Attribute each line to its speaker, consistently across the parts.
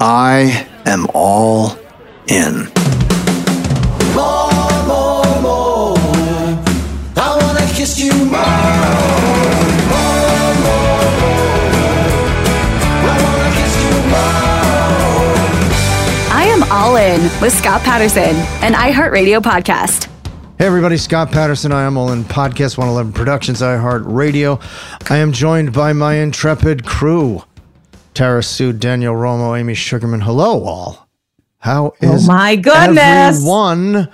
Speaker 1: I am all in.
Speaker 2: More, more, more. I wanna kiss you more. More, more, more. I wanna kiss you more.
Speaker 3: I am all in with Scott Patterson, an iHeartRadio podcast.
Speaker 1: Hey everybody, Scott Patterson, I am all in podcast 111 Productions, iHeart Radio. I am joined by my intrepid crew. Tara Sue, Daniel Romo, Amy Sugarman. Hello all. How is
Speaker 4: Oh my goodness.
Speaker 1: everyone?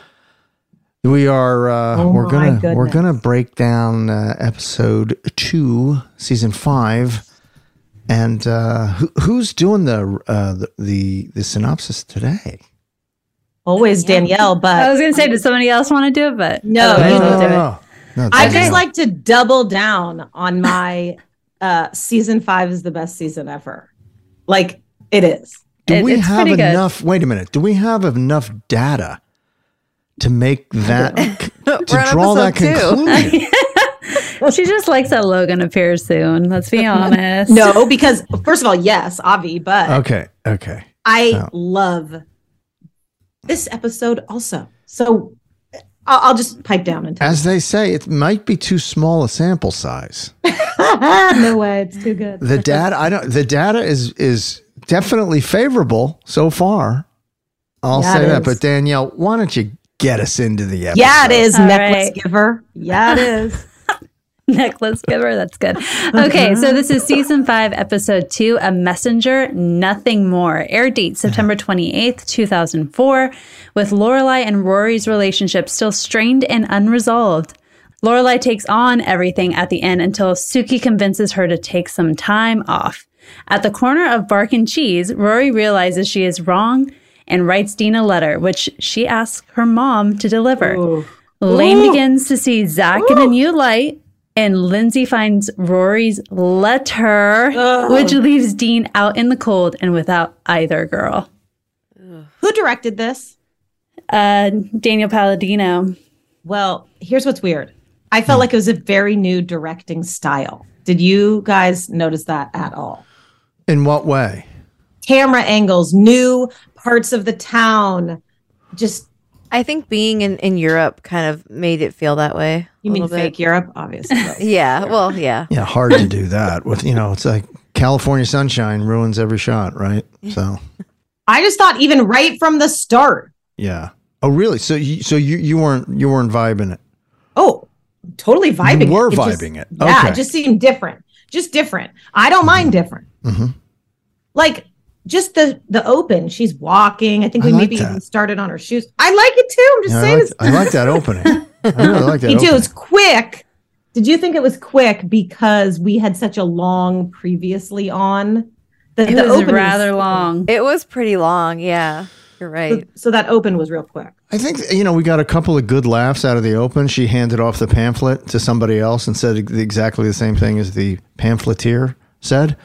Speaker 1: We are uh,
Speaker 4: Oh
Speaker 1: we're
Speaker 4: my
Speaker 1: gonna we're
Speaker 4: goodness.
Speaker 1: gonna break down uh, episode two, season five, and uh, who, who's doing the, uh, the the the synopsis today?
Speaker 4: Always Danielle,
Speaker 5: I
Speaker 4: but
Speaker 5: was gonna say, did somebody else want to do it? But
Speaker 4: No,
Speaker 5: Oh,
Speaker 4: no,
Speaker 5: you
Speaker 4: no,
Speaker 5: don't do
Speaker 4: no,
Speaker 5: it.
Speaker 1: No,
Speaker 4: I
Speaker 1: Danielle.
Speaker 4: just like to double down on my uh season five is the best season ever. Like it is.
Speaker 1: Do
Speaker 5: It-
Speaker 1: we
Speaker 5: it's
Speaker 1: have
Speaker 5: pretty good.
Speaker 1: enough? Wait a minute. Do we have enough data to make that to
Speaker 3: We're on
Speaker 1: draw that
Speaker 3: episode two.
Speaker 1: conclusion?
Speaker 5: She just likes that Logan appears soon. Let's be honest.
Speaker 4: No, because first of all, yes, Avi, but
Speaker 1: okay. Okay.
Speaker 4: I
Speaker 1: Oh.
Speaker 4: love this episode also. So I'll, I'll just pipe down and tell
Speaker 1: As they say, it might be too small a sample size.
Speaker 4: you. no way, it's too good.
Speaker 1: The data, I don't. The data is is definitely favorable so far. I'll
Speaker 4: Yeah,
Speaker 1: say
Speaker 4: it
Speaker 1: that.
Speaker 4: is.
Speaker 1: But Danielle, why don't you get us into the episode?
Speaker 4: Yeah, it is
Speaker 5: All
Speaker 4: necklace
Speaker 5: right.
Speaker 4: giver. Yeah, it is.
Speaker 5: necklace giver. That's good. Okay, so this is season five, episode two, A Messenger, Nothing More. Air date September 28th, 2004, with Lorelai and Rory's relationship still strained and unresolved. Lorelai takes on everything at the end until Suki convinces her to take some time off. At the corner of Bark and Cheese, Rory realizes she is wrong and writes Dean a letter, which she asks her mom to deliver. Lane begins to see Zach in a new light, and Lindsay finds Rory's letter, which leaves Dean out in the cold and without either girl.
Speaker 4: Who directed this?
Speaker 5: Uh, Daniel Palladino.
Speaker 4: Well, here's what's weird. I felt like it was a very new directing style. Did you guys notice that at all?
Speaker 1: In what way?
Speaker 4: Camera angles, new parts of the town. Just
Speaker 3: I think being in, in Europe kind of made it feel that way.
Speaker 4: you
Speaker 3: a
Speaker 4: mean
Speaker 3: little
Speaker 4: fake
Speaker 3: bit.
Speaker 4: Europe, obviously.
Speaker 3: Yeah. Well, yeah.
Speaker 1: Yeah, hard to do that with. You know, it's like California sunshine ruins every shot, right? So
Speaker 4: I just thought even right from the start.
Speaker 1: yeah. Oh, really? So you so you you weren't you weren't vibing it?
Speaker 4: totally vibing.
Speaker 1: were
Speaker 4: it. just-
Speaker 1: vibing it.
Speaker 4: Yeah,
Speaker 1: Okay.
Speaker 4: it just seemed different. Just different. I don't mind different.
Speaker 1: Mm-hmm.
Speaker 4: Like just the the open. She's walking. I think
Speaker 1: I
Speaker 4: we
Speaker 1: like
Speaker 4: maybe
Speaker 1: that.
Speaker 4: even started on her shoes. I like it too. I'm just
Speaker 1: Yeah, I,
Speaker 4: saying.
Speaker 1: like,
Speaker 4: it's
Speaker 1: I like that opening. I really like that.
Speaker 4: me too.
Speaker 1: opening.
Speaker 4: It's quick. Did you think it was quick because we had such a long previously on? The,
Speaker 5: It
Speaker 4: the
Speaker 5: was
Speaker 4: opening
Speaker 5: rather long.
Speaker 6: It was pretty long. Yeah, you're right.
Speaker 4: So that open was real quick.
Speaker 1: I think you know we got a couple of good laughs out of the open. She handed off the pamphlet to somebody else and said exactly the same thing as the pamphleteer said,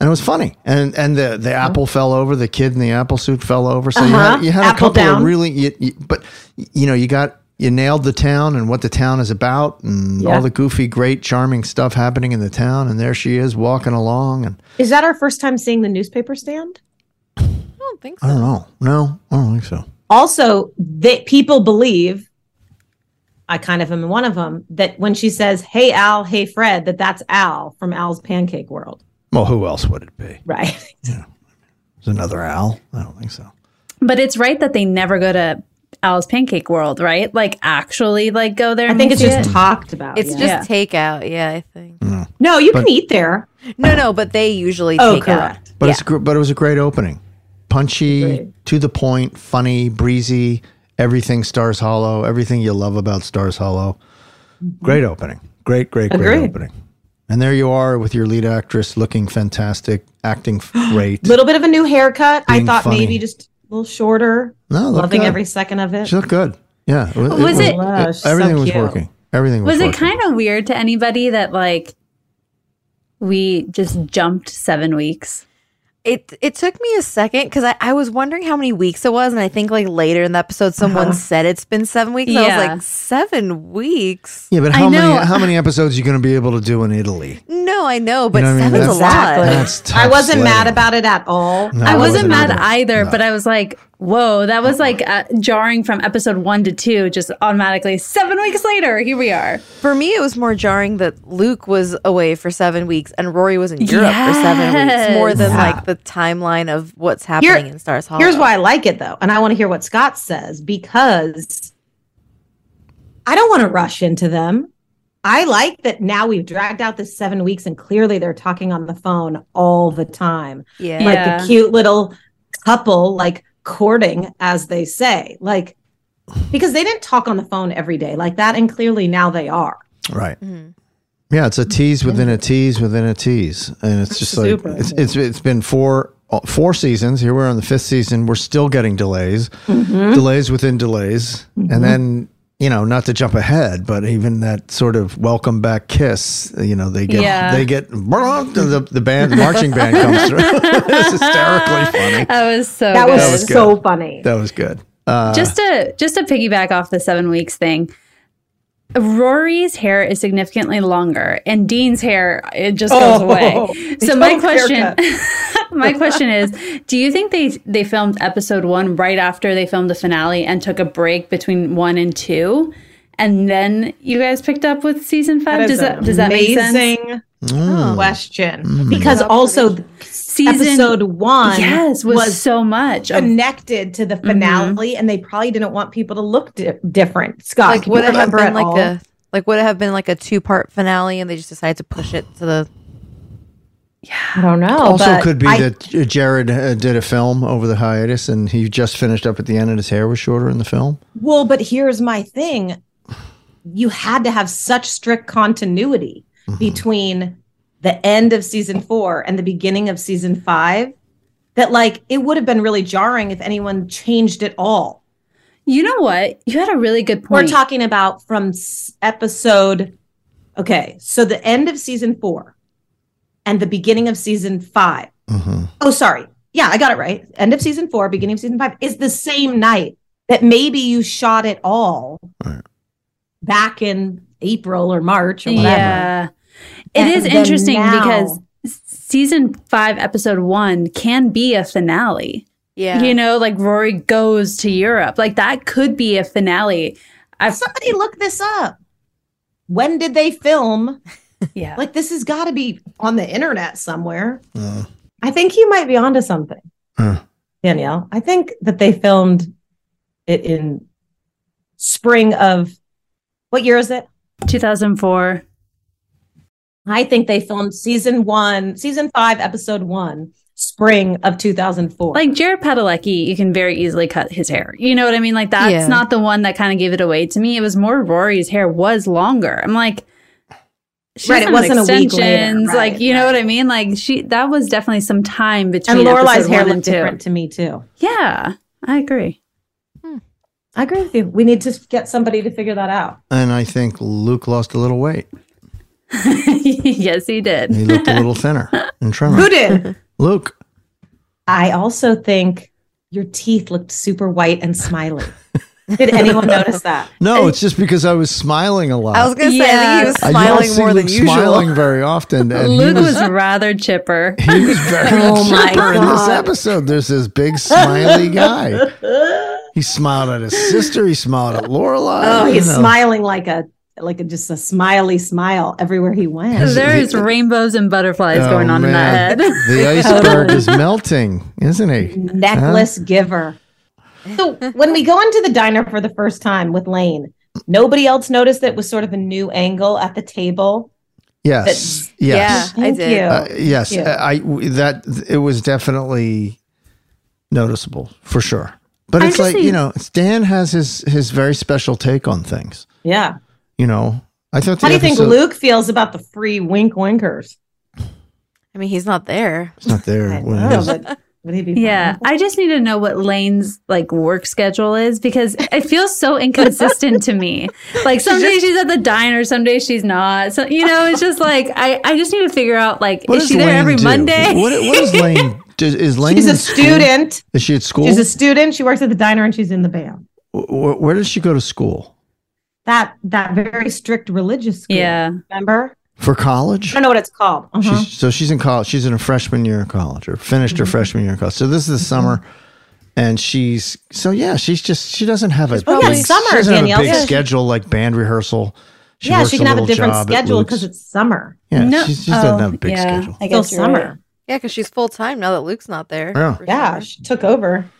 Speaker 1: and it was funny. And and the the apple fell over. The kid in the apple suit fell over. So you had, you had a
Speaker 4: Uh-huh. Apple
Speaker 1: couple of
Speaker 4: down.
Speaker 1: really, you, you- but you know you got you nailed the town and what the town is about and
Speaker 4: Yeah.
Speaker 1: all the goofy, great, charming stuff happening in the town. And there she is walking along. And
Speaker 4: Is that our first time seeing the newspaper stand?
Speaker 6: I don't think
Speaker 1: I
Speaker 6: so.
Speaker 1: don't know. No, I don't think so.
Speaker 4: Also, that people believe, I kind of am one of them, that when she says, "Hey Al, hey Fred," that that's Al from Al's Pancake World,
Speaker 1: Well, who else would it be?
Speaker 4: right?
Speaker 1: There's another owl. I don't think so.
Speaker 5: But it's right that they never go to Al's Pancake World, right? Like actually, like go there.
Speaker 4: I
Speaker 5: And
Speaker 4: think it's
Speaker 5: see
Speaker 4: just
Speaker 5: it.
Speaker 4: talked about.
Speaker 6: It's
Speaker 4: yeah.
Speaker 6: just takeout. Yeah, I think.
Speaker 1: Mm.
Speaker 4: no, you can eat there.
Speaker 6: No, no, but they usually
Speaker 4: Oh,
Speaker 6: take out.
Speaker 4: correct.
Speaker 1: But it's gr- but it was a great opening, punchy, to the point, funny, breezy. Everything Stars Hollow. Everything you love about Stars Hollow. Great
Speaker 5: Mm.
Speaker 1: opening. Great, great, great
Speaker 4: Agreed.
Speaker 1: opening. And there you are with your lead actress looking fantastic, acting f- great.
Speaker 4: Little bit of a new haircut. I
Speaker 1: Being
Speaker 4: thought
Speaker 1: funny.
Speaker 4: maybe just a little shorter.
Speaker 1: No, it looked
Speaker 4: loving
Speaker 1: good.
Speaker 4: every second of it.
Speaker 1: she looked good. Yeah. It,
Speaker 5: Was it-
Speaker 4: Wow, she's so
Speaker 1: everything was
Speaker 4: cute.
Speaker 1: working. Everything was.
Speaker 5: Was it
Speaker 1: working.
Speaker 5: kind of weird to anybody that like we just jumped seven weeks?
Speaker 6: It it took me a second because I, I was wondering how many weeks it was, and I think like later in the
Speaker 4: Uh-huh.
Speaker 6: episode someone said it's been seven weeks. I was
Speaker 5: Yeah.
Speaker 6: like, seven weeks?
Speaker 1: Yeah, but
Speaker 5: I
Speaker 1: how
Speaker 5: know.
Speaker 1: many how many episodes are you going to be able to do in Italy?
Speaker 6: No, I know, but
Speaker 1: know what I mean?
Speaker 6: seven's a lot.
Speaker 4: Exactly.
Speaker 1: That's tough
Speaker 4: I wasn't
Speaker 1: sledding.
Speaker 4: mad about it at all.
Speaker 1: No,
Speaker 5: I
Speaker 1: I wasn't
Speaker 5: wasn't mad
Speaker 1: either.
Speaker 5: either, but I was like, whoa, that was like uh, jarring from episode one to two, just automatically seven weeks later. Here we are.
Speaker 6: For me, it was more jarring that Luke was away for seven weeks and Rory was in Europe for seven weeks, more than like the timeline of what's happening in Stars Hollow.
Speaker 4: Here's why I like it though, and I want to hear what Scott says because I don't want to rush into them. I like that now we've dragged out this seven weeks, and clearly they're talking on the phone all the time,
Speaker 6: Yeah.
Speaker 5: Yeah.
Speaker 6: Like,
Speaker 4: like the cute little couple, like courting, as they say, like because they didn't talk on the phone every day like that, and clearly now they are.
Speaker 1: Right.
Speaker 5: Mm-hmm.
Speaker 1: Yeah, it's a tease within a tease within a tease, and it's just like
Speaker 4: Super.
Speaker 1: it's, it's it's been four uh, four seasons. Here we're on the fifth season. We're still getting delays,
Speaker 5: Mm-hmm.
Speaker 1: delays within delays, and then you know not to jump ahead, but even that sort of welcome back kiss. You know they get
Speaker 5: Yeah.
Speaker 1: they get the the band marching band comes through. it's hysterically funny.
Speaker 5: That was so
Speaker 4: That
Speaker 5: good.
Speaker 4: was,
Speaker 1: That was good.
Speaker 4: so funny.
Speaker 1: That was good.
Speaker 5: just to just to piggyback off the seven weeks thing rory's hair is significantly longer and dean's hair it just goes
Speaker 4: Oh,
Speaker 5: away so my
Speaker 4: both
Speaker 5: question my question is do you think they they filmed episode one right after they filmed the finale and took a break between one and two and then you guys picked up with season five does that does that make sense
Speaker 4: amazing Mm.
Speaker 5: Oh.
Speaker 4: question?
Speaker 5: Hmm.
Speaker 4: Because also
Speaker 5: season
Speaker 4: episode one
Speaker 5: yes was,
Speaker 4: was
Speaker 5: so much of- Mm-hmm.
Speaker 4: connected to the
Speaker 6: Mm-hmm.
Speaker 4: finale, and they probably didn't want people to look di- different. Scott,
Speaker 6: like
Speaker 4: can
Speaker 6: would
Speaker 4: you
Speaker 6: it have
Speaker 4: remember
Speaker 6: been
Speaker 4: at
Speaker 6: like
Speaker 4: all?
Speaker 6: a like would it have been like a two part finale and they just decided to push it to the
Speaker 4: I don't know.
Speaker 1: Also,
Speaker 4: but
Speaker 1: could be
Speaker 4: I-
Speaker 1: that uh, Jared uh, did a film over the hiatus, and he just finished up at the end, and his hair was shorter in the film.
Speaker 4: Well, but here's my thing: you had to have such strict continuity
Speaker 5: Mm-hmm.
Speaker 4: between the end of season four and the beginning of season five that, like, it would have been really jarring if anyone changed it all.
Speaker 5: you know what you had a really good
Speaker 4: We're
Speaker 5: point
Speaker 4: talking about from s- episode. Okay, so the end of season four and the beginning of season 5
Speaker 5: Mm-hmm.
Speaker 4: Oh, sorry. Yeah, I got it right. End of season four, beginning of season five is the same night that maybe you shot it all back in April or March or whatever.
Speaker 5: Yeah. It
Speaker 4: And
Speaker 5: is
Speaker 4: then
Speaker 5: interesting
Speaker 4: now-
Speaker 5: because s- season five, episode one can be a finale.
Speaker 6: yeah
Speaker 5: You know, like Rory goes to Europe. Like that could be a finale. I've,
Speaker 4: Somebody look this up. When did they film?
Speaker 5: yeah.
Speaker 4: Like, this has got to be on the internet somewhere. I think you might be onto something,
Speaker 1: Huh.
Speaker 4: Danielle. I think that they filmed it in spring of what year is it?
Speaker 5: 2004.
Speaker 4: I think they filmed season one, season five, episode one, spring of 2004.
Speaker 5: Like Jared Padalecki, you can very easily cut his hair. You know what I mean? Like that's
Speaker 6: Yeah.
Speaker 5: not the one that kind of gave it away to me. It was more Rory's hair was longer. I'm like, she
Speaker 4: Right, it
Speaker 5: doesn't have
Speaker 4: wasn't a week later.
Speaker 5: extensions.
Speaker 4: Right,
Speaker 5: like you know what I mean? Like she that was definitely some time
Speaker 4: and
Speaker 5: between.
Speaker 4: Lorelai's
Speaker 5: episode
Speaker 4: hair
Speaker 5: one and
Speaker 4: looked
Speaker 5: two.
Speaker 4: different to me too.
Speaker 5: Yeah, I agree.
Speaker 4: Hmm. I agree with you. We need to get somebody to figure that out.
Speaker 1: And I think Luke lost a little weight.
Speaker 5: yes, he did.
Speaker 1: He looked a little thinner and trimmer.
Speaker 4: Who did?
Speaker 1: Luke.
Speaker 4: I also think your teeth looked super white and smiley. Did anyone notice that?
Speaker 1: No, it's just because I was smiling a lot.
Speaker 6: I was gonna say I think he was
Speaker 1: I don't
Speaker 6: smiling
Speaker 1: see
Speaker 6: more than
Speaker 1: Luke
Speaker 6: usual.
Speaker 1: Smiling very often. And
Speaker 5: Luke
Speaker 1: he was,
Speaker 5: was rather chipper.
Speaker 1: he was very
Speaker 5: Oh my
Speaker 1: chipper in this episode. There's this big smiley guy. He smiled at his sister. He smiled at Lorelai.
Speaker 4: Oh,
Speaker 1: you
Speaker 4: he's
Speaker 1: know.
Speaker 4: smiling like a like a, just a smiley smile everywhere he went.
Speaker 5: There is rainbows and butterflies
Speaker 1: Oh,
Speaker 5: going on
Speaker 1: man.
Speaker 5: in that head.
Speaker 1: The iceberg is melting, isn't he?
Speaker 4: Necklace giver. So when we go into the diner for the first time with Lane, nobody else noticed that it was sort of a new angle at the table.
Speaker 1: Yes.
Speaker 6: Yeah,
Speaker 1: yes.
Speaker 6: I
Speaker 4: Thank
Speaker 6: did.
Speaker 4: you.
Speaker 1: Uh, yes,
Speaker 4: Yeah.
Speaker 1: I w- that it was definitely noticeable for sure. But
Speaker 5: I
Speaker 1: it's
Speaker 5: just
Speaker 1: like
Speaker 5: think-
Speaker 1: you know, Dan has his his very special take on things.
Speaker 4: yeah.
Speaker 1: You know, I thought.
Speaker 4: How
Speaker 1: the
Speaker 4: do you think
Speaker 1: episode-
Speaker 4: Luke feels about the free wink winkers?
Speaker 6: I mean, he's not there.
Speaker 1: It's not there. when it is.
Speaker 4: but would he be fine
Speaker 5: Yeah,
Speaker 4: with
Speaker 5: I just need to know what Lane's like work schedule is because it feels so inconsistent to me. Like some days she's at the diner, some days she's not. So you know, it's just like I, I just need to figure out like
Speaker 1: What
Speaker 5: is
Speaker 1: does
Speaker 5: she there
Speaker 1: Lane
Speaker 5: every
Speaker 1: do?
Speaker 5: Monday?
Speaker 1: What, what is Lane? Does, is
Speaker 4: that?
Speaker 1: Lane?
Speaker 4: She's a
Speaker 1: in school?
Speaker 4: student.
Speaker 1: Is she at school?
Speaker 4: She's a student. She works at the diner and she's in the band.
Speaker 1: Wh- wh- where does she go to school
Speaker 4: That that very strict religious school.
Speaker 5: Yeah.
Speaker 4: Remember?
Speaker 1: for
Speaker 4: I
Speaker 1: college?
Speaker 4: don't know what it's called. Uh-huh.
Speaker 1: She's, so she's in college. She's in her freshman year of college, or finished
Speaker 4: Mm-hmm.
Speaker 1: her freshman year of college. So this is the summer, and she's so yeah. She's just she doesn't have a
Speaker 4: Oh, yeah,
Speaker 1: big,
Speaker 4: summer,
Speaker 1: she doesn't
Speaker 4: Danielle.
Speaker 1: have a big
Speaker 4: Yeah.
Speaker 1: schedule like band rehearsal. She
Speaker 4: yeah,
Speaker 1: works
Speaker 4: she can have a
Speaker 1: little
Speaker 4: different
Speaker 1: job at
Speaker 4: schedule oh,
Speaker 1: Luke's.
Speaker 4: because it's summer. Uh,
Speaker 1: yeah. She, she doesn't have a big schedule.
Speaker 5: I
Speaker 4: Still
Speaker 5: guess
Speaker 4: summer.
Speaker 6: Yeah, because she's full time now that Luke's not there.
Speaker 1: Yeah.
Speaker 6: for
Speaker 4: Yeah,
Speaker 6: sure.
Speaker 4: she took over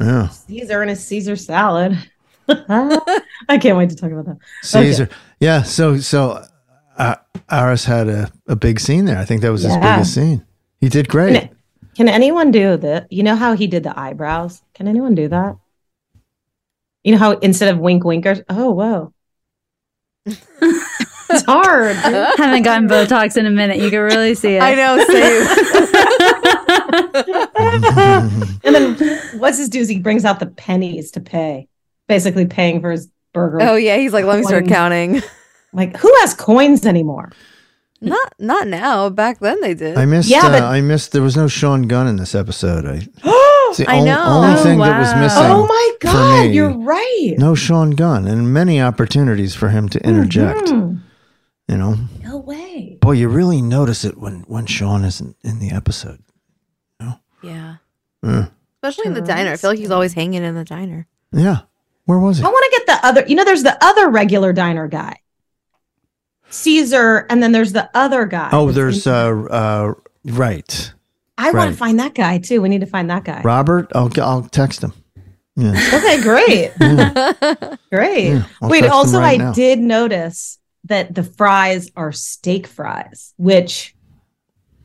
Speaker 1: Yeah,
Speaker 4: Caesar and a Caesar salad. I can't wait to talk about that.
Speaker 1: Caesar. Yeah, so so uh, Aris had a, a big scene there. I think that was his
Speaker 4: Yeah.
Speaker 1: biggest scene. He did great.
Speaker 4: Yeah. Can anyone do the? You know how he did the eyebrows? Can anyone do that? You know how instead of wink winkers, oh whoa, it's hard. dude.
Speaker 5: Haven't gotten Botox in a minute. You can really see it.
Speaker 6: I know. Same.
Speaker 4: And then what's his doozy? He brings out the pennies to pay, basically paying for his burger.
Speaker 6: oh yeah, he's like, let me start
Speaker 4: One-
Speaker 6: counting.
Speaker 4: Like who has coins anymore?
Speaker 6: Not not now. Back then they did.
Speaker 1: I missed.
Speaker 4: Yeah,
Speaker 1: uh,
Speaker 4: but-
Speaker 1: I missed. There was no Sean Gunn in this episode. I, it's the
Speaker 6: I
Speaker 1: only,
Speaker 6: know.
Speaker 1: only
Speaker 6: Oh,
Speaker 1: thing that was
Speaker 5: wow.
Speaker 1: missing.
Speaker 4: Oh my
Speaker 1: for
Speaker 4: god,
Speaker 1: me.
Speaker 4: you're right.
Speaker 1: No Sean Gunn, and many opportunities for him to interject.
Speaker 4: Mhm.
Speaker 1: You know,
Speaker 4: No way.
Speaker 1: boy, you really notice it when when Sean isn't in the episode.
Speaker 6: yeah.
Speaker 1: Yeah.
Speaker 6: Especially in the diner. I feel like he's always hanging in the diner.
Speaker 1: Yeah, where was he?
Speaker 4: I want to get the other. You know, there's the other regular diner guy, Caesar, and then there's the other guy.
Speaker 1: Oh,
Speaker 4: that's
Speaker 1: there's
Speaker 4: in-
Speaker 1: uh, uh right
Speaker 4: I want
Speaker 1: right.
Speaker 4: to find that guy too. We need to find that guy.
Speaker 1: Robert. I'll I'll text him. Yeah,
Speaker 4: Okay, great, great.
Speaker 1: Yeah, I'll
Speaker 4: Wait,
Speaker 1: text him
Speaker 4: also
Speaker 1: right
Speaker 4: I
Speaker 1: now.
Speaker 4: did notice that the fries are steak fries, which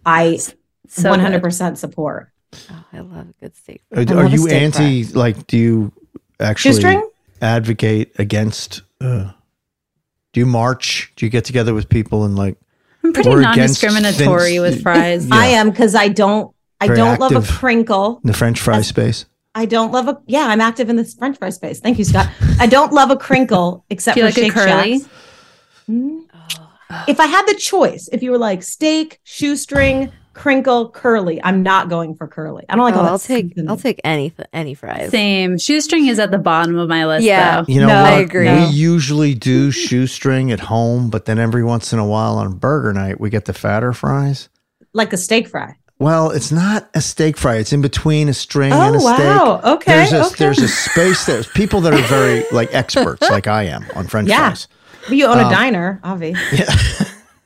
Speaker 4: I
Speaker 5: So
Speaker 4: one hundred percent support.
Speaker 6: Oh, I love a good steak.
Speaker 1: are,
Speaker 4: love
Speaker 1: Uh, are
Speaker 4: a
Speaker 1: you
Speaker 4: steak
Speaker 1: anti? Like, do you actually
Speaker 4: Shoestring?
Speaker 1: advocate against? Uh, do you march? Do you get together with people and like?
Speaker 5: I'm pretty
Speaker 1: We're against
Speaker 5: non-discriminatory
Speaker 1: things-
Speaker 5: with fries.
Speaker 1: Yeah.
Speaker 4: I am because I don't. I
Speaker 1: Very
Speaker 4: don't love a
Speaker 1: active.
Speaker 4: crinkle.
Speaker 1: in The French fry space.
Speaker 4: I don't love a yeah. I'm active in this French fry space. Thank you, Scott. I don't love a crinkle except
Speaker 5: Do you
Speaker 4: for
Speaker 5: like a
Speaker 4: Shake
Speaker 5: curly? Oh.
Speaker 4: Shacks. Mm. If I had the choice, if you were like steak, shoestring, crinkle, curly, I'm not going for curly. I don't like
Speaker 6: Oh,
Speaker 4: all that.
Speaker 6: I'll take
Speaker 4: seasoning.
Speaker 6: I'll take any any fries.
Speaker 5: Same. Shoestring is at the bottom of my list.
Speaker 6: Yeah.
Speaker 5: though.
Speaker 1: You know,
Speaker 4: No,
Speaker 1: what?
Speaker 6: I agree.
Speaker 1: We
Speaker 4: No.
Speaker 1: usually do shoestring at home, but then every once in a while on burger night, we get the fatter fries.
Speaker 4: like a steak fry.
Speaker 1: Well, it's not a steak fry. It's in between a string and a
Speaker 4: Oh
Speaker 1: steak.
Speaker 4: wow. Okay.
Speaker 1: There's a,
Speaker 4: okay.
Speaker 1: there's a space there. People that are very like experts, like I am, on French
Speaker 4: Yeah.
Speaker 1: fries.
Speaker 4: But you own a diner, Avi.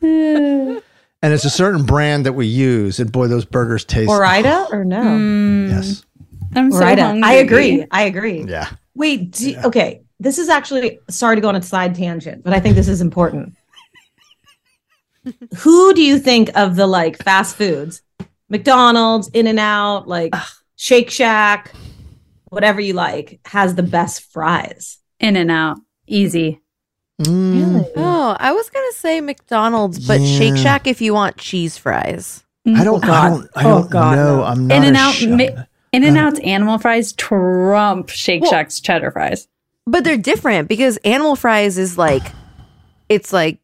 Speaker 1: And it's a certain brand that we use. And boy, those burgers taste.
Speaker 4: Orida or no?
Speaker 1: Yes.
Speaker 5: Hmm. I'm so
Speaker 4: Orida.
Speaker 5: hungry.
Speaker 4: I agree. I agree.
Speaker 1: Yeah.
Speaker 4: Wait. Do, Okay. This is actually sorry to go on a side tangent, but I think this is important. Who do you think of the like fast foods? McDonald's, In and Out, like Shake Shack, whatever you like, has the best fries.
Speaker 5: In and out. Easy.
Speaker 6: Oh, I was gonna say McDonald's, but Shake
Speaker 1: Mm. Yeah.
Speaker 6: Shack if you want cheese fries.
Speaker 1: I don't. I don't. I
Speaker 4: Oh,
Speaker 1: don't
Speaker 4: God,
Speaker 1: know.
Speaker 4: no.
Speaker 1: I'm not.
Speaker 5: In and
Speaker 1: a Uh.
Speaker 5: out
Speaker 1: sh-
Speaker 5: mi- In and Out's animal fries trump Shake Shack's cheddar fries.
Speaker 6: But they're different because animal fries is like it's like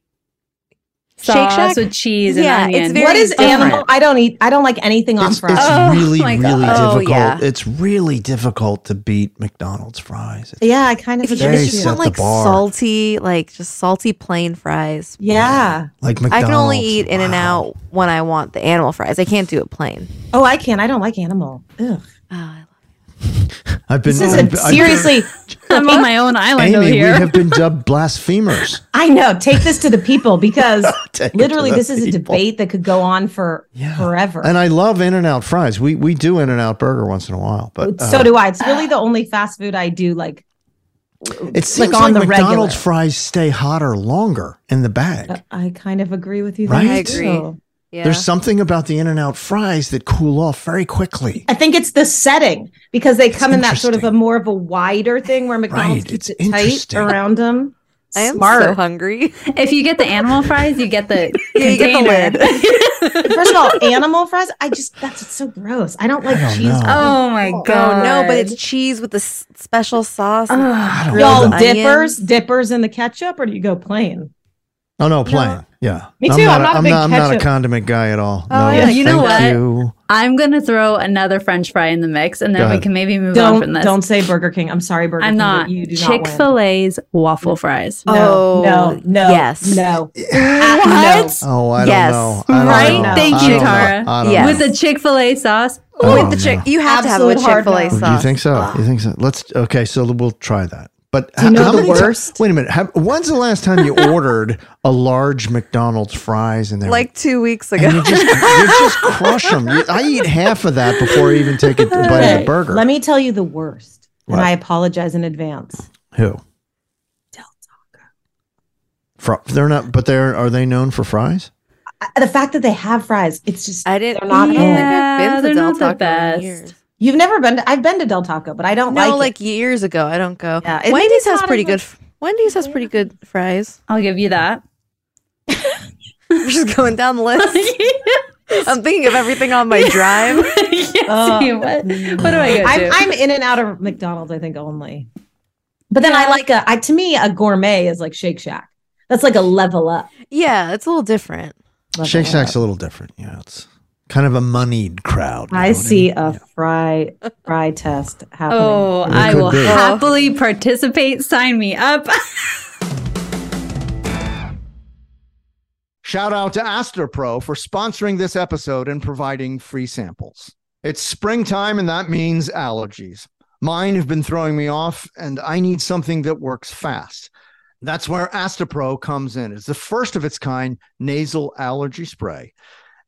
Speaker 6: Shake
Speaker 5: Sauce
Speaker 6: Shack?
Speaker 5: with cheese and
Speaker 6: Yeah, it's
Speaker 5: onion.
Speaker 6: very
Speaker 4: What is
Speaker 6: different.
Speaker 4: animal? I don't eat. I don't like anything on
Speaker 1: It's,
Speaker 4: fries.
Speaker 1: it's
Speaker 5: Oh,
Speaker 1: really,
Speaker 5: my
Speaker 1: really
Speaker 5: God.
Speaker 1: difficult.
Speaker 6: Oh, yeah.
Speaker 1: It's really difficult to beat McDonald's fries. It's-
Speaker 4: yeah, I kind of.
Speaker 6: if you
Speaker 1: They
Speaker 6: just
Speaker 1: set
Speaker 6: want
Speaker 1: the
Speaker 6: like
Speaker 1: bar.
Speaker 6: salty, like just salty plain fries.
Speaker 4: yeah.
Speaker 1: Like
Speaker 6: I
Speaker 1: McDonald's.
Speaker 6: can only eat in and
Speaker 1: wow.
Speaker 6: out when I want the animal fries. I can't do it plain.
Speaker 4: Oh, I can't. I don't like animal. Ugh.
Speaker 5: Uh,
Speaker 1: I've been
Speaker 4: This is
Speaker 1: I've
Speaker 4: a
Speaker 1: been- I've been-
Speaker 4: seriously.
Speaker 5: I'm on my own island over
Speaker 1: Amy, we
Speaker 5: here.
Speaker 1: have been dubbed blasphemers.
Speaker 4: I know. Take this to the people because
Speaker 1: Take it
Speaker 4: literally,
Speaker 1: to the
Speaker 4: this is a
Speaker 1: people.
Speaker 4: debate that could go on for forever.
Speaker 1: And I love In and Out fries. We we do In and Out burger once in a while, but uh,
Speaker 4: so do I. It's really the only fast food I do like.
Speaker 1: it seems like,
Speaker 4: on the regular.
Speaker 1: McDonald's fries stay hotter longer in the bag.
Speaker 4: I kind of agree with you. there,
Speaker 1: Right? I
Speaker 4: too.
Speaker 6: agree. Yeah.
Speaker 1: There's something about the In and Out fries that cool off very quickly.
Speaker 4: I think it's the setting because they come in that sort of a
Speaker 1: interesting.
Speaker 4: more of a wider thing where McDonald's
Speaker 1: Right,
Speaker 4: keeps
Speaker 1: it's
Speaker 4: it tight
Speaker 1: interesting.
Speaker 4: around them.
Speaker 6: I am
Speaker 4: Smart.
Speaker 6: so hungry.
Speaker 5: if you get the animal fries, you get the
Speaker 6: you get the
Speaker 5: container.
Speaker 4: First of all, animal fries. I just that's it's so gross. I don't like cheese.
Speaker 1: know.
Speaker 5: oh my god!
Speaker 6: Oh no, but it's cheese with the s- special sauce. and
Speaker 5: Ugh.
Speaker 1: I don't
Speaker 4: Y'all
Speaker 6: Grilled
Speaker 4: dippers,
Speaker 6: onions.
Speaker 4: dippers in the ketchup, or do you go plain?
Speaker 1: Oh no, plain. Yeah.
Speaker 4: Me too. I'm not a
Speaker 1: I'm
Speaker 4: big
Speaker 1: not, I'm not a
Speaker 4: ketchup- Oh,
Speaker 1: condiment guy at all. no,
Speaker 6: yeah.
Speaker 5: Oh, You know
Speaker 1: thank
Speaker 5: what?
Speaker 1: you.
Speaker 5: I'm gonna throw another French fry in the mix, and
Speaker 1: Go
Speaker 5: then we
Speaker 1: ahead.
Speaker 5: can maybe move on from
Speaker 4: Don't
Speaker 5: this.
Speaker 4: don't say Burger King. I'm sorry, Burger
Speaker 5: I'm
Speaker 4: King. but
Speaker 5: not
Speaker 4: You do
Speaker 5: Chick
Speaker 4: not
Speaker 5: Fil A's waffle fries.
Speaker 4: win. No,
Speaker 6: Oh,
Speaker 4: no, no.
Speaker 6: yes.
Speaker 4: No. Uh,
Speaker 6: What?
Speaker 1: Oh, I
Speaker 6: Yes.
Speaker 1: don't know. I don't
Speaker 6: Right?
Speaker 1: know.
Speaker 6: Thank
Speaker 1: I
Speaker 6: you,
Speaker 1: don't know.
Speaker 5: Tara.
Speaker 1: I don't
Speaker 6: Yes.
Speaker 1: know.
Speaker 5: With the Chick Fil A sauce,
Speaker 1: I
Speaker 6: With
Speaker 1: don't
Speaker 6: the chick,
Speaker 1: know.
Speaker 6: you have to
Speaker 4: Absolute
Speaker 6: have it with Chick
Speaker 4: hard
Speaker 6: Fil A
Speaker 1: Do you
Speaker 6: sauce.
Speaker 1: think so? You think so? Let's okay. So we'll try that. But
Speaker 4: you know the
Speaker 1: many ti-
Speaker 4: worst?
Speaker 1: wait a minute. How, when's the last time you ordered a large McDonald's fries and they were-
Speaker 6: Like two weeks ago.
Speaker 1: and you just you just crush them? I eat half of that before I even take a bite of
Speaker 4: Okay,
Speaker 1: the burger.
Speaker 4: Let me tell you the worst, and
Speaker 1: What?
Speaker 4: I apologize in advance.
Speaker 1: Who?
Speaker 4: Del
Speaker 1: Fro- they're not, but they're are they known for fries?
Speaker 4: I- The fact that they have fries, it's just
Speaker 6: I didn't.
Speaker 4: They're not.
Speaker 5: Yeah.
Speaker 4: open.
Speaker 6: I don't think I've
Speaker 5: they're
Speaker 6: been to Del
Speaker 5: not the
Speaker 6: Taco
Speaker 5: best.
Speaker 6: in years.
Speaker 4: You've never been. to I've been to Del Taco, but I don't
Speaker 6: No,
Speaker 4: like.
Speaker 6: like years ago. I don't go.
Speaker 4: Yeah, it-
Speaker 6: Wendy's
Speaker 4: it's
Speaker 6: has
Speaker 4: not
Speaker 6: pretty
Speaker 4: even-
Speaker 6: good. f- Wendy's has pretty good fries.
Speaker 5: I'll give you that.
Speaker 6: We're just going down the list. I'm thinking of everything on my drive. Oh.
Speaker 5: Yes,
Speaker 4: Uh,
Speaker 5: you- what, what do I go
Speaker 4: it. I'm,
Speaker 5: to?
Speaker 4: I'm in and out of McDonald's. I think only. But then I like a. I to me a gourmet is like Shake Shack. That's like a level up.
Speaker 6: Yeah, it's a little different.
Speaker 4: Level
Speaker 1: Shake
Speaker 4: up.
Speaker 1: Shack's a little different. Yeah, it's kind of a moneyed crowd. you know
Speaker 4: I
Speaker 1: what
Speaker 4: see
Speaker 1: mean?
Speaker 4: a fry fry test happening.
Speaker 5: oh,
Speaker 1: It
Speaker 5: I
Speaker 1: could
Speaker 5: will
Speaker 1: be.
Speaker 5: happily participate. Sign me up.
Speaker 1: Shout out to AstroPro for sponsoring this episode and providing free samples. It's springtime, and that means allergies. Mine have been throwing me off, and I need something that works fast. That's where AstaPro comes in. It's the first of its kind nasal allergy spray,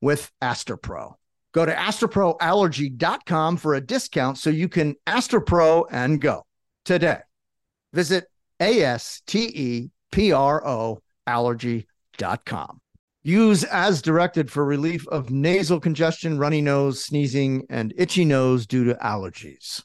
Speaker 1: with AstroPro. Go to astroproallergy.com for a discount so you can AstroPro and go today. Visit A S T E P R O allergy.com. Use as directed for relief of nasal congestion, runny nose, sneezing, and itchy nose due to allergies.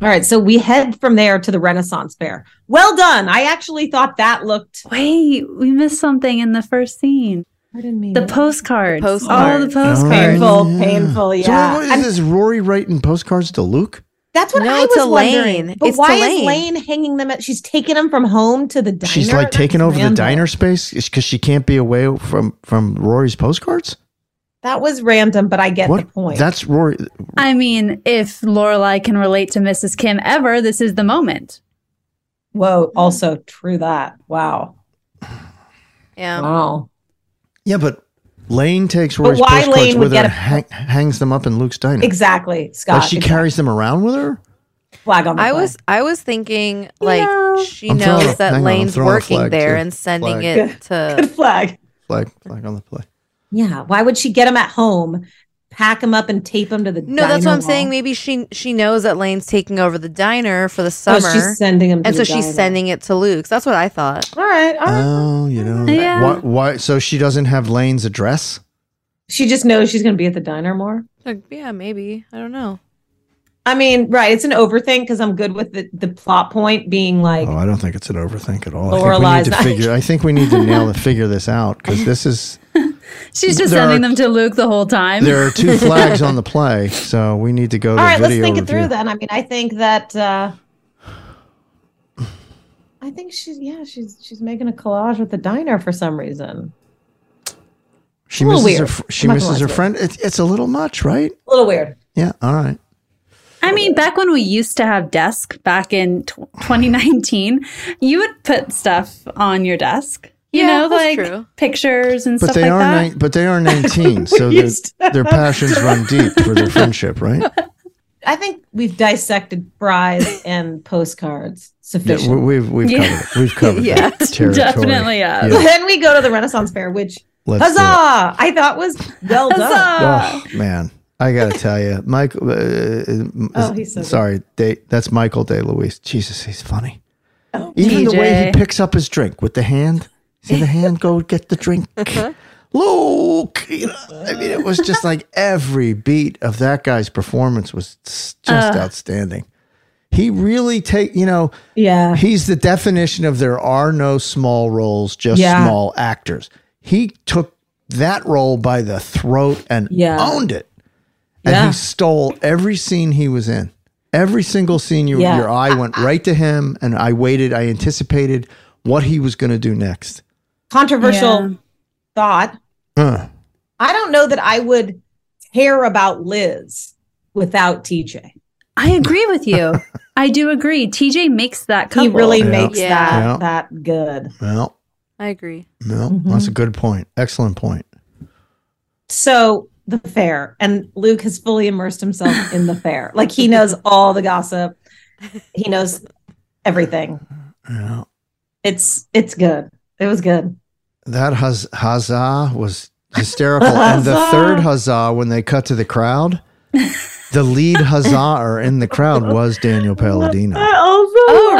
Speaker 4: All right, so we head from there to the Renaissance Fair. Well done. I actually thought that looked.
Speaker 5: Wait, we missed something in the first scene.
Speaker 4: Pardon me.
Speaker 5: The postcards.
Speaker 6: The
Speaker 5: All
Speaker 6: postcards.
Speaker 5: the
Speaker 1: Oh.
Speaker 5: postcards.
Speaker 4: painful, painful.
Speaker 1: So
Speaker 4: Yeah.
Speaker 1: wait, what is
Speaker 4: I'm-
Speaker 1: this? Rory writing postcards to Luke?
Speaker 4: That's what
Speaker 6: No,
Speaker 4: I was
Speaker 6: it's Elaine.
Speaker 4: wondering. But
Speaker 6: It's to
Speaker 4: why is
Speaker 6: Elaine.
Speaker 4: Lane hanging them? At, she's taking them from home to the diner.
Speaker 1: She's like
Speaker 4: That's
Speaker 1: taking over the
Speaker 4: random.
Speaker 1: diner space because she can't be away from from Rory's postcards.
Speaker 4: That was random, but I get the point.
Speaker 1: That's Rory.
Speaker 5: I mean, if Lorelai can relate to Mrs. Kim ever, this is the moment.
Speaker 4: Whoa. Also true that. Wow.
Speaker 6: Yeah.
Speaker 4: Wow.
Speaker 1: Yeah, but Lane takes Rory's
Speaker 4: why
Speaker 1: postcards
Speaker 4: Lane would
Speaker 1: with her
Speaker 4: get
Speaker 1: and
Speaker 4: a-
Speaker 1: hang, hangs them up in Luke's diner.
Speaker 4: Exactly, Scott.
Speaker 1: Like she
Speaker 4: exact-
Speaker 1: carries them around with her.
Speaker 4: flag on the
Speaker 6: I
Speaker 4: play.
Speaker 6: was I was thinking like she
Speaker 1: I'm throwing
Speaker 6: knows
Speaker 1: a- hang on,
Speaker 6: that
Speaker 1: I'm
Speaker 6: Lane's
Speaker 1: throwing a
Speaker 6: working
Speaker 1: flag
Speaker 6: there
Speaker 1: too.
Speaker 6: and sending
Speaker 1: Flag.
Speaker 6: it to
Speaker 4: good flag.
Speaker 1: Flag, flag on the play.
Speaker 4: Yeah. Why would she get them at home, pack them up, and tape them to the?
Speaker 6: No, that's what
Speaker 4: diner
Speaker 6: I'm
Speaker 4: wall?
Speaker 6: saying. Maybe she she knows that Lane's taking over the diner for the
Speaker 4: Oh,
Speaker 6: summer.
Speaker 4: she's sending them, to
Speaker 6: and so
Speaker 4: the
Speaker 6: she's
Speaker 4: diner.
Speaker 6: sending it to Luke's. That's what I thought.
Speaker 4: All right. All right.
Speaker 1: Oh, you know.
Speaker 5: Yeah.
Speaker 1: Why, why? So she doesn't have Lane's address.
Speaker 4: she just knows she's going to be at the diner more.
Speaker 6: Like, yeah, maybe. I don't know.
Speaker 4: I mean, right? It's an overthink because I'm good with the, the plot point being like,
Speaker 1: Oh, I don't think it's an overthink at all. I think we need
Speaker 4: Lorelai's-
Speaker 1: to figure. I think we need to nail to figure this out because this is
Speaker 5: She's just
Speaker 1: There
Speaker 5: sending
Speaker 1: are-
Speaker 5: them to Luke the whole time.
Speaker 1: there are two flags on the play, so we need to go to
Speaker 4: all right, let's
Speaker 1: video
Speaker 4: think it
Speaker 1: review.
Speaker 4: through. Then I mean, I think that. uh I think she's yeah she's she's making a collage with the diner for some reason.
Speaker 1: She
Speaker 4: A little
Speaker 1: misses her.
Speaker 4: weird.
Speaker 1: fr- She
Speaker 4: I'm not gonna
Speaker 1: misses
Speaker 4: lie
Speaker 1: her
Speaker 4: to you.
Speaker 1: friend. It's, it's a little much, right?
Speaker 4: A little weird.
Speaker 1: Yeah. All right.
Speaker 5: I mean, back when we used to have desk back in tw 2019, you would put stuff on your desk. You
Speaker 6: Yeah,
Speaker 5: know,
Speaker 6: that's
Speaker 5: like
Speaker 6: true.
Speaker 5: pictures and
Speaker 1: But
Speaker 5: stuff
Speaker 1: they
Speaker 5: like
Speaker 1: are.
Speaker 5: that.
Speaker 1: Nine, but they are 19, so their,
Speaker 4: used
Speaker 1: their passions run deep for their friendship, right?
Speaker 4: I think we've dissected fries and postcards
Speaker 1: Yeah,
Speaker 4: sufficiently.
Speaker 1: we, we've we've
Speaker 5: Yeah.
Speaker 1: covered it. We've covered
Speaker 6: Yeah.
Speaker 1: that territory.
Speaker 5: Definitely us.
Speaker 1: Yeah,
Speaker 4: then we go to the Renaissance Fair, which
Speaker 1: let's do it.
Speaker 4: huzzah! I thought was well done.
Speaker 1: Oh man, I gotta tell you, Michael. Uh,
Speaker 4: Oh, he's so good.
Speaker 1: sorry. Day, that's Michael Day Luis. Jesus, he's funny.
Speaker 4: Oh,
Speaker 1: Even the way he
Speaker 5: DJ.
Speaker 1: picks up his drink with the hand. See the hand go get the drink. Luke. You know, I mean, it was just like every beat of that guy's performance was s-
Speaker 4: Uh.
Speaker 1: just outstanding. He really take you know
Speaker 4: Yeah,
Speaker 1: he's the definition of there are no small roles, just
Speaker 4: Yeah.
Speaker 1: small actors. He took that role by the throat and
Speaker 4: Yeah.
Speaker 1: owned it. And
Speaker 4: Yeah.
Speaker 1: he stole every scene he was in. Every single scene you,
Speaker 4: Yeah.
Speaker 1: your eye went right to him and I waited, I anticipated what he was going to do next.
Speaker 4: controversial
Speaker 5: Yeah.
Speaker 4: thought.
Speaker 1: Uh,
Speaker 4: I don't know that I would care about Liz without TJ.
Speaker 5: I agree with you. I do agree. TJ makes that
Speaker 4: He
Speaker 5: couple.
Speaker 4: really
Speaker 1: Yeah.
Speaker 4: makes
Speaker 6: Yeah.
Speaker 4: that
Speaker 1: Yeah.
Speaker 4: that good.
Speaker 1: well,
Speaker 6: I agree.
Speaker 1: well,
Speaker 4: Mm-hmm.
Speaker 1: that's a good point. Excellent point.
Speaker 4: So the fair and Luke has fully immersed himself in the fair. Like he knows all the gossip. He knows everything.
Speaker 1: Yeah.
Speaker 4: It's it's good. It was good.
Speaker 1: That huzz- huzzah was hysterical. and the third huzzah, when they cut to the crowd, the lead huzzah in the crowd was Daniel Paladino.
Speaker 4: also.
Speaker 2: Oh,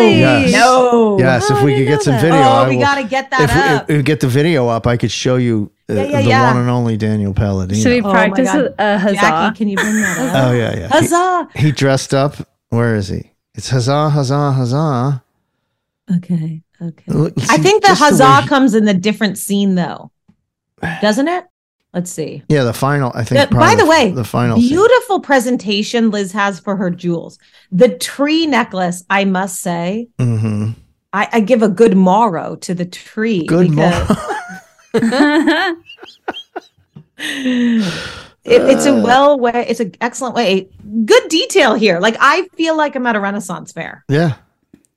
Speaker 4: really?
Speaker 1: Yes.
Speaker 4: No.
Speaker 1: Yes, if we could get some video.
Speaker 4: Oh,
Speaker 1: I
Speaker 4: we
Speaker 1: will-
Speaker 4: gotta get that
Speaker 1: if we-
Speaker 4: up.
Speaker 1: If we get the video up, I could show you uh,
Speaker 4: Yeah, yeah,
Speaker 1: the
Speaker 4: yeah.
Speaker 1: one and only Daniel Palladino.
Speaker 5: Should we
Speaker 4: Oh my
Speaker 5: practice
Speaker 4: God.
Speaker 5: a, a huzzah?
Speaker 4: Jackie, can you bring that up?
Speaker 1: oh, yeah, yeah. He-
Speaker 4: Huzzah.
Speaker 1: He, dressed up. Where is he? It's huzzah, huzzah, huzzah.
Speaker 4: Okay. Okay.
Speaker 1: Look,
Speaker 4: I
Speaker 1: see,
Speaker 4: think the
Speaker 1: just way
Speaker 4: huzzah comes in the different scene though, doesn't it? Let's see.
Speaker 1: he- yeah, the final. I think.
Speaker 4: Uh, by
Speaker 1: probably
Speaker 4: the way,
Speaker 1: the final. scene.
Speaker 4: beautiful presentation Liz has for her jewels. The tree necklace, I must say,
Speaker 1: hmm
Speaker 4: I, I give a good morrow to the tree.
Speaker 1: Good
Speaker 4: because-
Speaker 1: morrow.
Speaker 4: It, it's
Speaker 1: Uh.
Speaker 4: a well way. It's an excellent way. Good detail here. Like I feel like I'm at a Renaissance fair.
Speaker 1: Yeah,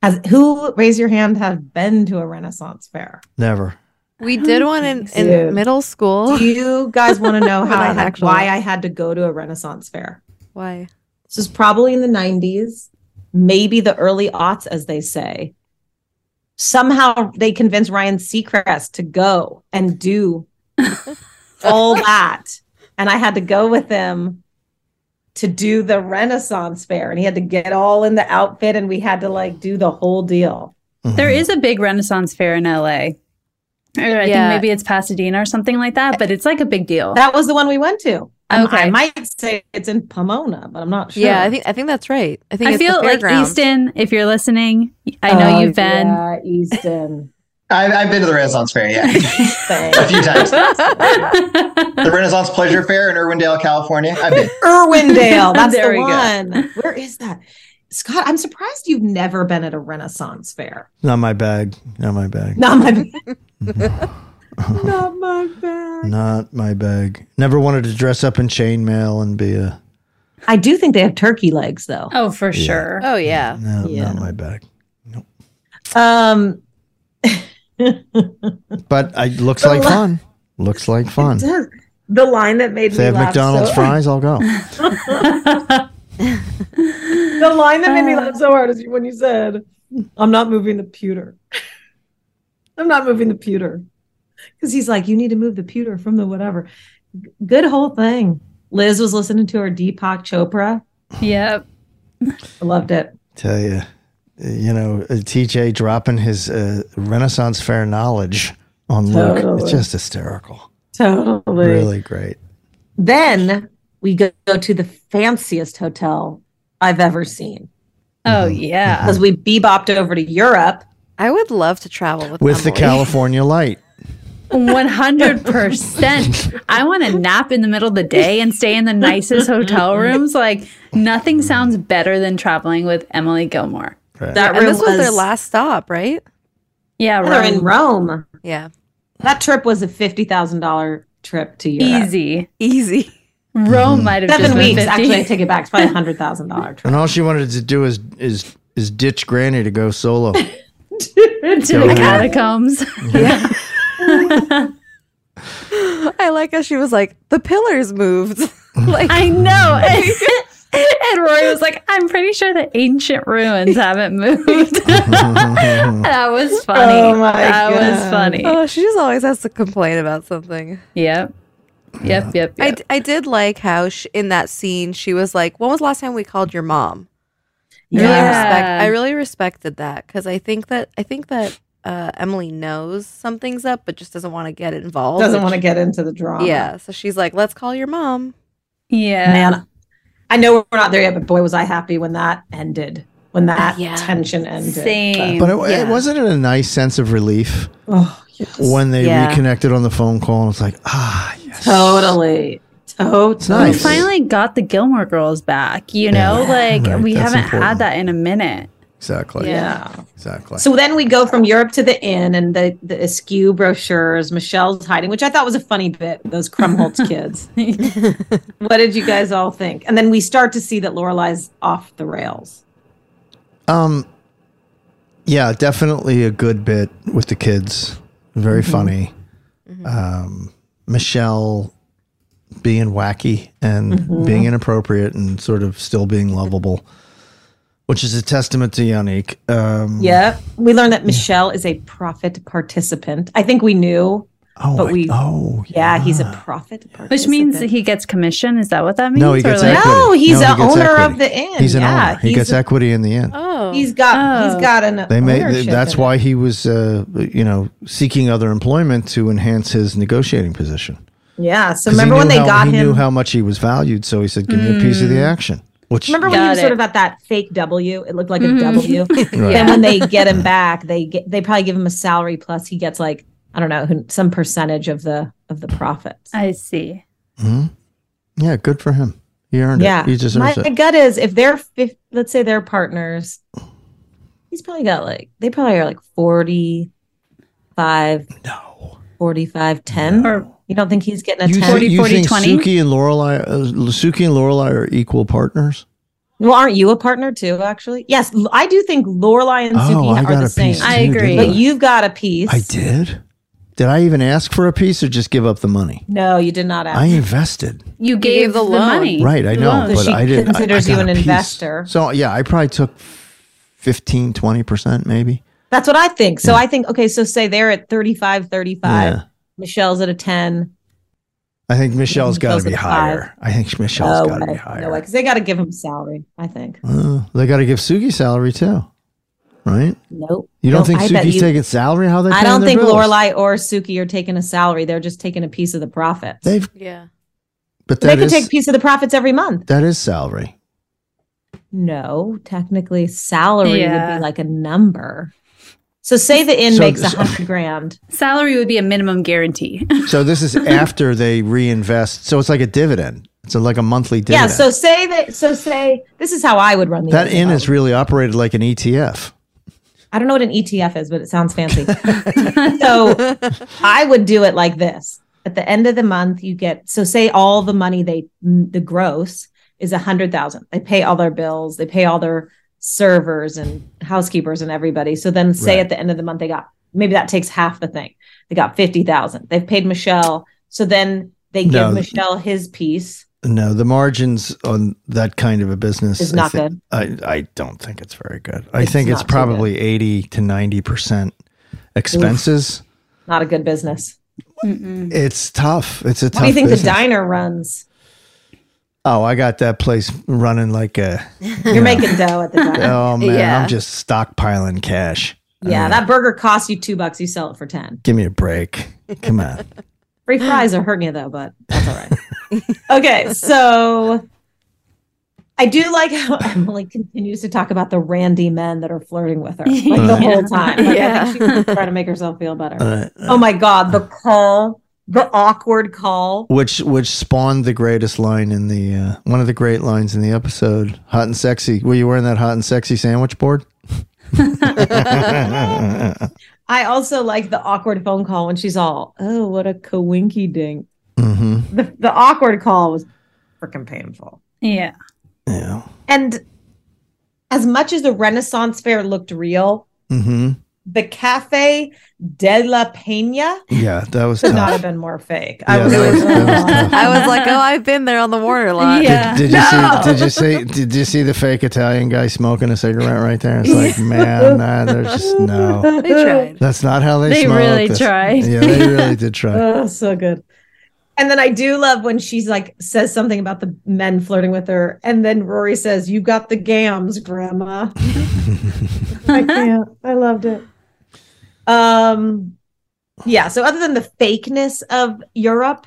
Speaker 4: Has who raise your hand have been to a Renaissance fair?
Speaker 1: never.
Speaker 6: We did one in, in middle school.
Speaker 4: Do you guys want to know how I
Speaker 6: Not
Speaker 4: had,
Speaker 6: actually.
Speaker 4: why I had to go to a Renaissance fair?
Speaker 6: Why?
Speaker 4: This is probably in the 90s, maybe the early aughts, as they say. Somehow they convinced Ryan Seacrest to go and do all that. And I had to go with him to do the Renaissance fair. And he had to get all in the outfit and we had to like do the whole deal.
Speaker 1: Mm-hmm.
Speaker 5: There is a big Renaissance fair in LA. Or I
Speaker 4: Yeah.
Speaker 5: think maybe it's Pasadena or something like that, but it's like a big deal.
Speaker 4: That was the one we went to. Um,
Speaker 5: Okay.
Speaker 4: I might say it's in Pomona, but I'm not sure.
Speaker 6: Yeah, I think I think that's right. I think
Speaker 5: I
Speaker 6: it's the
Speaker 5: feel like
Speaker 6: fairgrounds.
Speaker 5: Easton, if you're listening, I know
Speaker 4: Oh,
Speaker 5: you've been.
Speaker 4: Yeah, Easton.
Speaker 7: I've, I've been to the Renaissance Fair, yeah, a few times. The Renaissance Pleasure Fair in Irwindale, California. I've been.
Speaker 4: Irwindale. That's
Speaker 7: There
Speaker 4: the
Speaker 7: we go.
Speaker 4: one. Where is that? Scott, I'm surprised you've never been at a Renaissance fair.
Speaker 1: Not my bag. Not my bag.
Speaker 4: Not my Not my bad.
Speaker 1: Not my bag. Never wanted to dress up in chainmail and be a.
Speaker 4: I do think they have turkey legs though.
Speaker 5: Oh, for
Speaker 1: Yeah. sure.
Speaker 6: Oh yeah.
Speaker 1: No, not my bag.
Speaker 4: Um
Speaker 1: But I looks like fun. Looks like fun.
Speaker 4: the line that made
Speaker 1: If they have
Speaker 4: me laugh
Speaker 1: McDonald's
Speaker 4: so-
Speaker 1: fries, I'll go.
Speaker 4: the line that made me laugh so hard is when you said, I'm not moving the pewter. I'm not moving the pewter. Because he's like, you need to move the pewter from the whatever. G- Good whole thing. Liz was listening to her Deepak Chopra.
Speaker 5: Yep.
Speaker 4: Loved it.
Speaker 1: Tell you, you know, uh, TJ dropping his uh, Renaissance fair knowledge on Luke.
Speaker 4: Totally.
Speaker 1: It's just hysterical.
Speaker 4: Totally.
Speaker 1: Really great.
Speaker 4: Then we go, go to the fanciest hotel I've ever seen.
Speaker 5: Oh yeah.
Speaker 4: Because we bebopped over to Europe.
Speaker 6: I would love to travel with
Speaker 1: With the California light.
Speaker 5: One hundred percent. I want to nap in the middle of the day and stay in the nicest hotel rooms. Like nothing sounds better than traveling with Emily Gilmore.
Speaker 4: That
Speaker 6: and this
Speaker 4: room
Speaker 6: was their
Speaker 4: was-
Speaker 6: last stop, right?
Speaker 5: Yeah,
Speaker 4: They're in Rome.
Speaker 6: Yeah.
Speaker 4: That trip was a $50,000 trip to Europe.
Speaker 5: Easy,
Speaker 6: easy.
Speaker 5: Rome might have just
Speaker 4: Seven
Speaker 5: been
Speaker 4: weeks.
Speaker 5: 50.
Speaker 4: Actually, I take it back. It's probably a hundred thousand dollar trip.
Speaker 1: And all she wanted to do is is is ditch Granny to go solo.
Speaker 5: to the
Speaker 1: Yeah.
Speaker 5: catacombs.
Speaker 6: I like how she was like, the pillars moved. like
Speaker 5: I know. and Rory was like, "I'm pretty sure the ancient ruins haven't moved." that was funny.
Speaker 6: Oh my
Speaker 5: that was funny.
Speaker 6: Oh, she just always has to complain about something.
Speaker 5: Yep. Yep. Yep.
Speaker 6: I, d- I did like how sh in that scene she was like, "When was the last time we called your mom?" I Really respect,
Speaker 5: Yeah.
Speaker 6: I really respected that because I think that I think that uh, Emily knows something's up, but just doesn't want to get involved.
Speaker 4: Doesn't
Speaker 6: which-
Speaker 4: want to get into the drama.
Speaker 6: Yeah, so she's like, "Let's call your mom."
Speaker 5: Yeah.
Speaker 4: man. I know we're not there yet, but boy, was I happy when that ended. When that tension ended.
Speaker 5: Same.
Speaker 1: But it, it wasn't it a nice sense of relief
Speaker 4: Oh,
Speaker 1: when they
Speaker 4: Yeah.
Speaker 1: reconnected on the phone call and it's like, ah,
Speaker 4: Totally. Totally.
Speaker 5: We finally got the Gilmore Girls back. You know,
Speaker 4: Yeah.
Speaker 5: like
Speaker 4: Right,
Speaker 5: we
Speaker 4: that's
Speaker 5: haven't
Speaker 4: important.
Speaker 5: had that in a minute.
Speaker 1: exactly.
Speaker 4: Yeah.
Speaker 1: Exactly.
Speaker 4: So then we go from Europe to the inn and the, the askew brochures, Michelle's hiding, which I thought was a funny bit, those Krumholtz kids. what did you guys all think? And then we start to see that Lorelai's off the rails.
Speaker 1: Um, yeah, definitely a good bit with the kids. Very
Speaker 4: Mm-hmm.
Speaker 1: funny. Um, Michelle being wacky and
Speaker 4: Mm-hmm.
Speaker 2: Mhm.
Speaker 1: being inappropriate and sort of still being lovable, which is a testament to Yannick. Um,
Speaker 4: Yeah. We learned that Michelle is a profit participant. I think we knew
Speaker 1: Oh,
Speaker 4: but we.
Speaker 1: Oh,
Speaker 4: yeah. he's a profit.
Speaker 5: Which means that he gets commission. Is that what that means?
Speaker 1: No, he
Speaker 5: Or
Speaker 1: gets
Speaker 5: like-
Speaker 1: equity.
Speaker 4: No, he's
Speaker 1: he
Speaker 4: a
Speaker 1: gets
Speaker 4: owner
Speaker 1: equity.
Speaker 4: of the inn.
Speaker 1: He's an
Speaker 4: Yeah,
Speaker 1: owner. He
Speaker 4: he's
Speaker 1: gets
Speaker 4: a-
Speaker 1: equity in the end.
Speaker 4: Oh, he's got he's got an.
Speaker 1: They made
Speaker 4: ownership
Speaker 1: that's
Speaker 4: in it.
Speaker 1: why he was, uh, you know, seeking other employment to enhance his negotiating position.
Speaker 4: Yeah. So
Speaker 1: 'Cause he
Speaker 4: remember when
Speaker 1: knew
Speaker 4: they
Speaker 1: how-
Speaker 4: got
Speaker 1: he knew
Speaker 4: him?
Speaker 1: how much he was valued, so he said, "Give me a piece of the
Speaker 4: Mm.
Speaker 1: action." Which
Speaker 4: Remember when he was sort of at that fake W? It looked like a
Speaker 5: Mhm.
Speaker 4: W.
Speaker 1: Right.
Speaker 4: And when they get him back, they get they probably give him a salary plus he gets like I don't know some percentage of the of the profits.
Speaker 5: I see.
Speaker 1: Mhm. yeah, good for him. He earned
Speaker 4: Yeah.
Speaker 1: it. He
Speaker 4: My
Speaker 1: deserves it.
Speaker 4: gut is if they're fif- let's say they're partners, he's probably got like they probably are like forty five.
Speaker 1: No.
Speaker 4: 45 10 or you don't think he's getting a
Speaker 1: You,
Speaker 4: 10
Speaker 1: think- you think Suki and Lorelai, uh, Suki and Lorelai are equal partners?
Speaker 4: Well, aren't you a partner too, actually? Yes, l- I do think Lorelai and
Speaker 1: Oh, I
Speaker 4: Zuki
Speaker 1: got
Speaker 4: are
Speaker 1: a
Speaker 4: the same.
Speaker 1: piece, I too, agree. didn't I?
Speaker 4: But you've got a piece.
Speaker 1: I did. Did I even ask for a piece or just give up the money?
Speaker 4: No, you did not ask.
Speaker 1: I invested.
Speaker 5: You gave, the, money.
Speaker 1: Right, I know, but
Speaker 4: she
Speaker 1: I didn't. I- I
Speaker 4: considers
Speaker 1: got
Speaker 4: you an
Speaker 1: a piece.
Speaker 4: investor.
Speaker 1: So yeah, I probably took 15, 20 percent, maybe.
Speaker 4: That's what I think. So I think, okay, so say they're at 35, 35.
Speaker 1: Yeah.
Speaker 4: Michelle's at a 10.
Speaker 1: I think Michelle's got
Speaker 4: Michelle's
Speaker 1: to be
Speaker 4: at five.
Speaker 1: higher. I think Michelle's
Speaker 4: Oh, no
Speaker 1: got to
Speaker 4: way.
Speaker 1: be higher.
Speaker 4: No way. Because they got to give him salary, I think.
Speaker 1: Uh, they got to give Suki salary too, right?
Speaker 4: Nope.
Speaker 1: You don't
Speaker 4: Nope,
Speaker 1: think
Speaker 4: I bet
Speaker 1: Suki's
Speaker 4: you-
Speaker 1: taking salary? How they?
Speaker 4: I
Speaker 1: paying
Speaker 4: don't
Speaker 1: their
Speaker 4: think
Speaker 1: bills?
Speaker 4: Lorelai or Suki are taking a salary. They're just taking a piece of the profits.
Speaker 1: They've,
Speaker 6: yeah.
Speaker 1: but
Speaker 4: They
Speaker 1: that
Speaker 4: could
Speaker 1: is
Speaker 4: take a piece of the profits every month.
Speaker 1: that is salary.
Speaker 4: No, technically, salary would
Speaker 5: Yeah.
Speaker 4: be like a number. So, say the inn
Speaker 1: So-
Speaker 4: makes a
Speaker 1: so-
Speaker 4: hundred grand.
Speaker 5: Salary would be a minimum guarantee.
Speaker 1: So this is after they reinvest. So it's like a dividend. It's like a monthly
Speaker 4: Yeah.
Speaker 1: dividend.
Speaker 4: So say that. So say this is how I would run the
Speaker 1: that
Speaker 4: inn.
Speaker 1: inn is really operated like an E ETF.
Speaker 4: I don't know what an ETF is, but it sounds fancy. so I would do it like this: at the end of the month, you get so say all the money they the gross is a hundred thousand. They pay all their bills, they pay all their servers and housekeepers and everybody. So then say
Speaker 8: Right.
Speaker 4: at the end of the month they got maybe that takes half the thing. They got fifty thousand. They've paid Michelle. So then they give
Speaker 1: No.
Speaker 4: Michelle his piece.
Speaker 1: No, the margins on that kind of a business
Speaker 4: Is not
Speaker 1: I thi-
Speaker 4: good.
Speaker 1: I, I don't think it's very good. I
Speaker 4: It's
Speaker 1: think it's
Speaker 4: not too good.
Speaker 1: probably eighty to ninety percent expenses.
Speaker 4: Not a good business.
Speaker 1: It's tough. It's a tough.
Speaker 4: How do you think the
Speaker 1: business.
Speaker 4: diner runs?
Speaker 1: Oh, I got that place running like a.
Speaker 4: You're making dough at the diner.
Speaker 1: Oh man, I'm just stockpiling cash.
Speaker 4: Yeah, that burger costs you two bucks. You sell it for ten.
Speaker 1: Give me a break. Come on.
Speaker 4: Free fries are hurting you though, but that's all right. okay, so I do like how Emily continues to talk about the randy men that are flirting with her like, the
Speaker 1: Right.
Speaker 4: whole time. Like, I
Speaker 6: Yeah.
Speaker 4: think she's trying to make herself feel better.
Speaker 1: Right.
Speaker 4: oh my god, the call, the awkward call.
Speaker 1: Which which spawned the greatest line in the uh, one of the great lines in the episode, hot and sexy. Were you wearing that hot and sexy sandwich board? mm-hmm.
Speaker 4: I also like the awkward phone call when she's all, "Oh, what a coinky dink." The, the awkward call was freaking painful.
Speaker 5: Yeah.
Speaker 1: Yeah.
Speaker 4: And as much as the Renaissance fair looked real,
Speaker 1: Mm-hmm.
Speaker 4: the Cafe de la Peña
Speaker 1: Yeah, that was
Speaker 4: could
Speaker 1: tough.
Speaker 4: not have been more fake. I
Speaker 1: Yeah,
Speaker 4: was,
Speaker 1: that was-
Speaker 4: uh-huh.
Speaker 6: I was like, oh, I've been there on the Warner lot.
Speaker 1: Did, did you see? Did you see? Did you see the fake Italian guy smoking a cigarette right there? It's like, man, nah, there's just no.
Speaker 4: They tried.
Speaker 1: That's not how they.
Speaker 4: They
Speaker 1: smoke.
Speaker 4: really
Speaker 1: That's-
Speaker 4: tried.
Speaker 1: Yeah, they really did try.
Speaker 4: Oh, so good. And then I do love when she's like says something about the men flirting with her, and then Rory says, "You got the gams, Grandma." I can't. I loved it. Um, yeah. So other than the fakeness of Europe,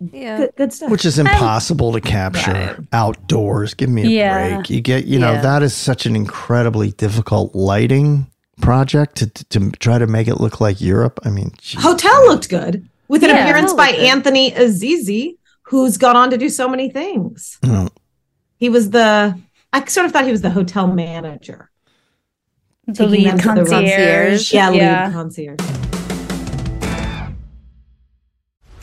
Speaker 6: yeah,
Speaker 4: good, good stuff.
Speaker 1: Which is impossible to capture outdoors. Give me a
Speaker 4: Yeah.
Speaker 1: break. You get, you know,
Speaker 4: Yeah.
Speaker 1: that is such an incredibly difficult lighting project to, to, to try to make it look like Europe. I mean, gee,
Speaker 4: Hotel looked good with an
Speaker 5: Yeah,
Speaker 4: appearance
Speaker 5: Hotel
Speaker 4: by
Speaker 5: looked good.
Speaker 4: Anthony Azizi, who's gone on to do so many things.
Speaker 1: no.
Speaker 4: He was the I sort of thought he was the hotel manager.
Speaker 5: The
Speaker 4: Taking
Speaker 5: lead
Speaker 4: them to
Speaker 5: concierge.
Speaker 4: run- Yeah,
Speaker 5: Yeah.
Speaker 4: lead concierge.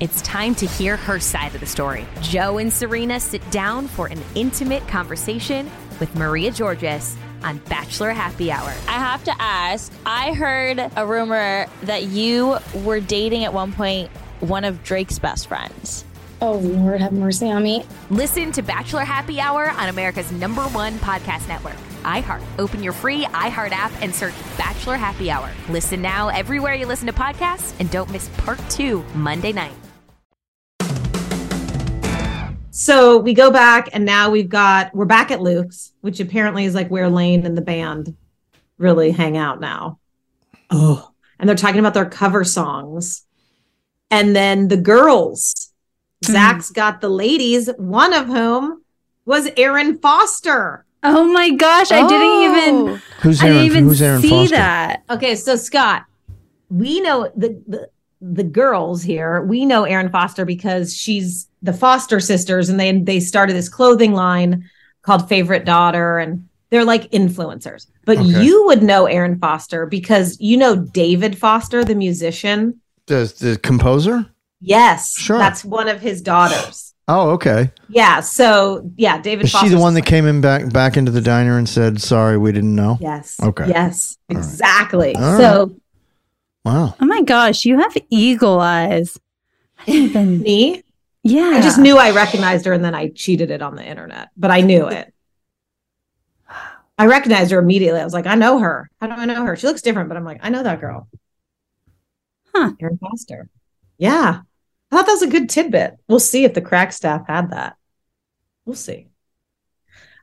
Speaker 8: It's time to hear her side of the story. Joe and Serena sit down for an intimate conversation with Maria Georges on Bachelor Happy Hour.
Speaker 9: I have to ask. I heard a rumor that you were dating at one point one of Drake's best friends.
Speaker 8: Oh, Lord, have mercy on me. Listen to Bachelor Happy Hour on America's number one podcast network, iHeart. Open your free iHeart app and search Bachelor Happy Hour. Listen now everywhere you listen to podcasts and don't miss part two Monday night.
Speaker 4: So we go back, and now we've got we're back at Luke's, which apparently is like where Lane and the band really hang out now. Oh, and they're talking about their cover songs, and then the girls.
Speaker 5: Hmm.
Speaker 4: Zach's got the ladies, one of whom was Aaron Foster. Oh.
Speaker 5: Oh my gosh, I didn't even
Speaker 1: Who's
Speaker 5: I didn't
Speaker 1: Aaron-
Speaker 5: even
Speaker 1: who's Aaron
Speaker 5: see
Speaker 1: Foster?
Speaker 5: that.
Speaker 4: Okay, so Scott, we know the, the the girls here. We know Erin Foster because she's the Foster sisters, and they they started this clothing line called Favorite Daughter, and they're like influencers. But
Speaker 1: Okay.
Speaker 4: you would know Erin Foster because you know David Foster, the musician.
Speaker 1: The, the composer?
Speaker 4: Yes, sure. That's one of his daughters.
Speaker 1: Oh, okay.
Speaker 4: Yeah. So yeah, David.
Speaker 1: Is she the
Speaker 4: Foster's-
Speaker 1: one that came in back back into the diner and said, "Sorry, we didn't know"?
Speaker 4: Yes.
Speaker 1: Okay.
Speaker 4: Yes. Exactly.
Speaker 1: All right.
Speaker 4: so
Speaker 1: Wow.
Speaker 5: Oh my gosh, you have eagle eyes.
Speaker 4: Me?
Speaker 5: Yeah.
Speaker 4: I just knew I recognized her and then I cheated it on the internet, but I knew it. I recognized her immediately. I was like, I know her. How do I know her? She looks different, but I'm like, I know that girl.
Speaker 5: Huh.
Speaker 4: Erin Foster. Yeah. I thought that was a good tidbit. We'll see if the crack staff had that. We'll see.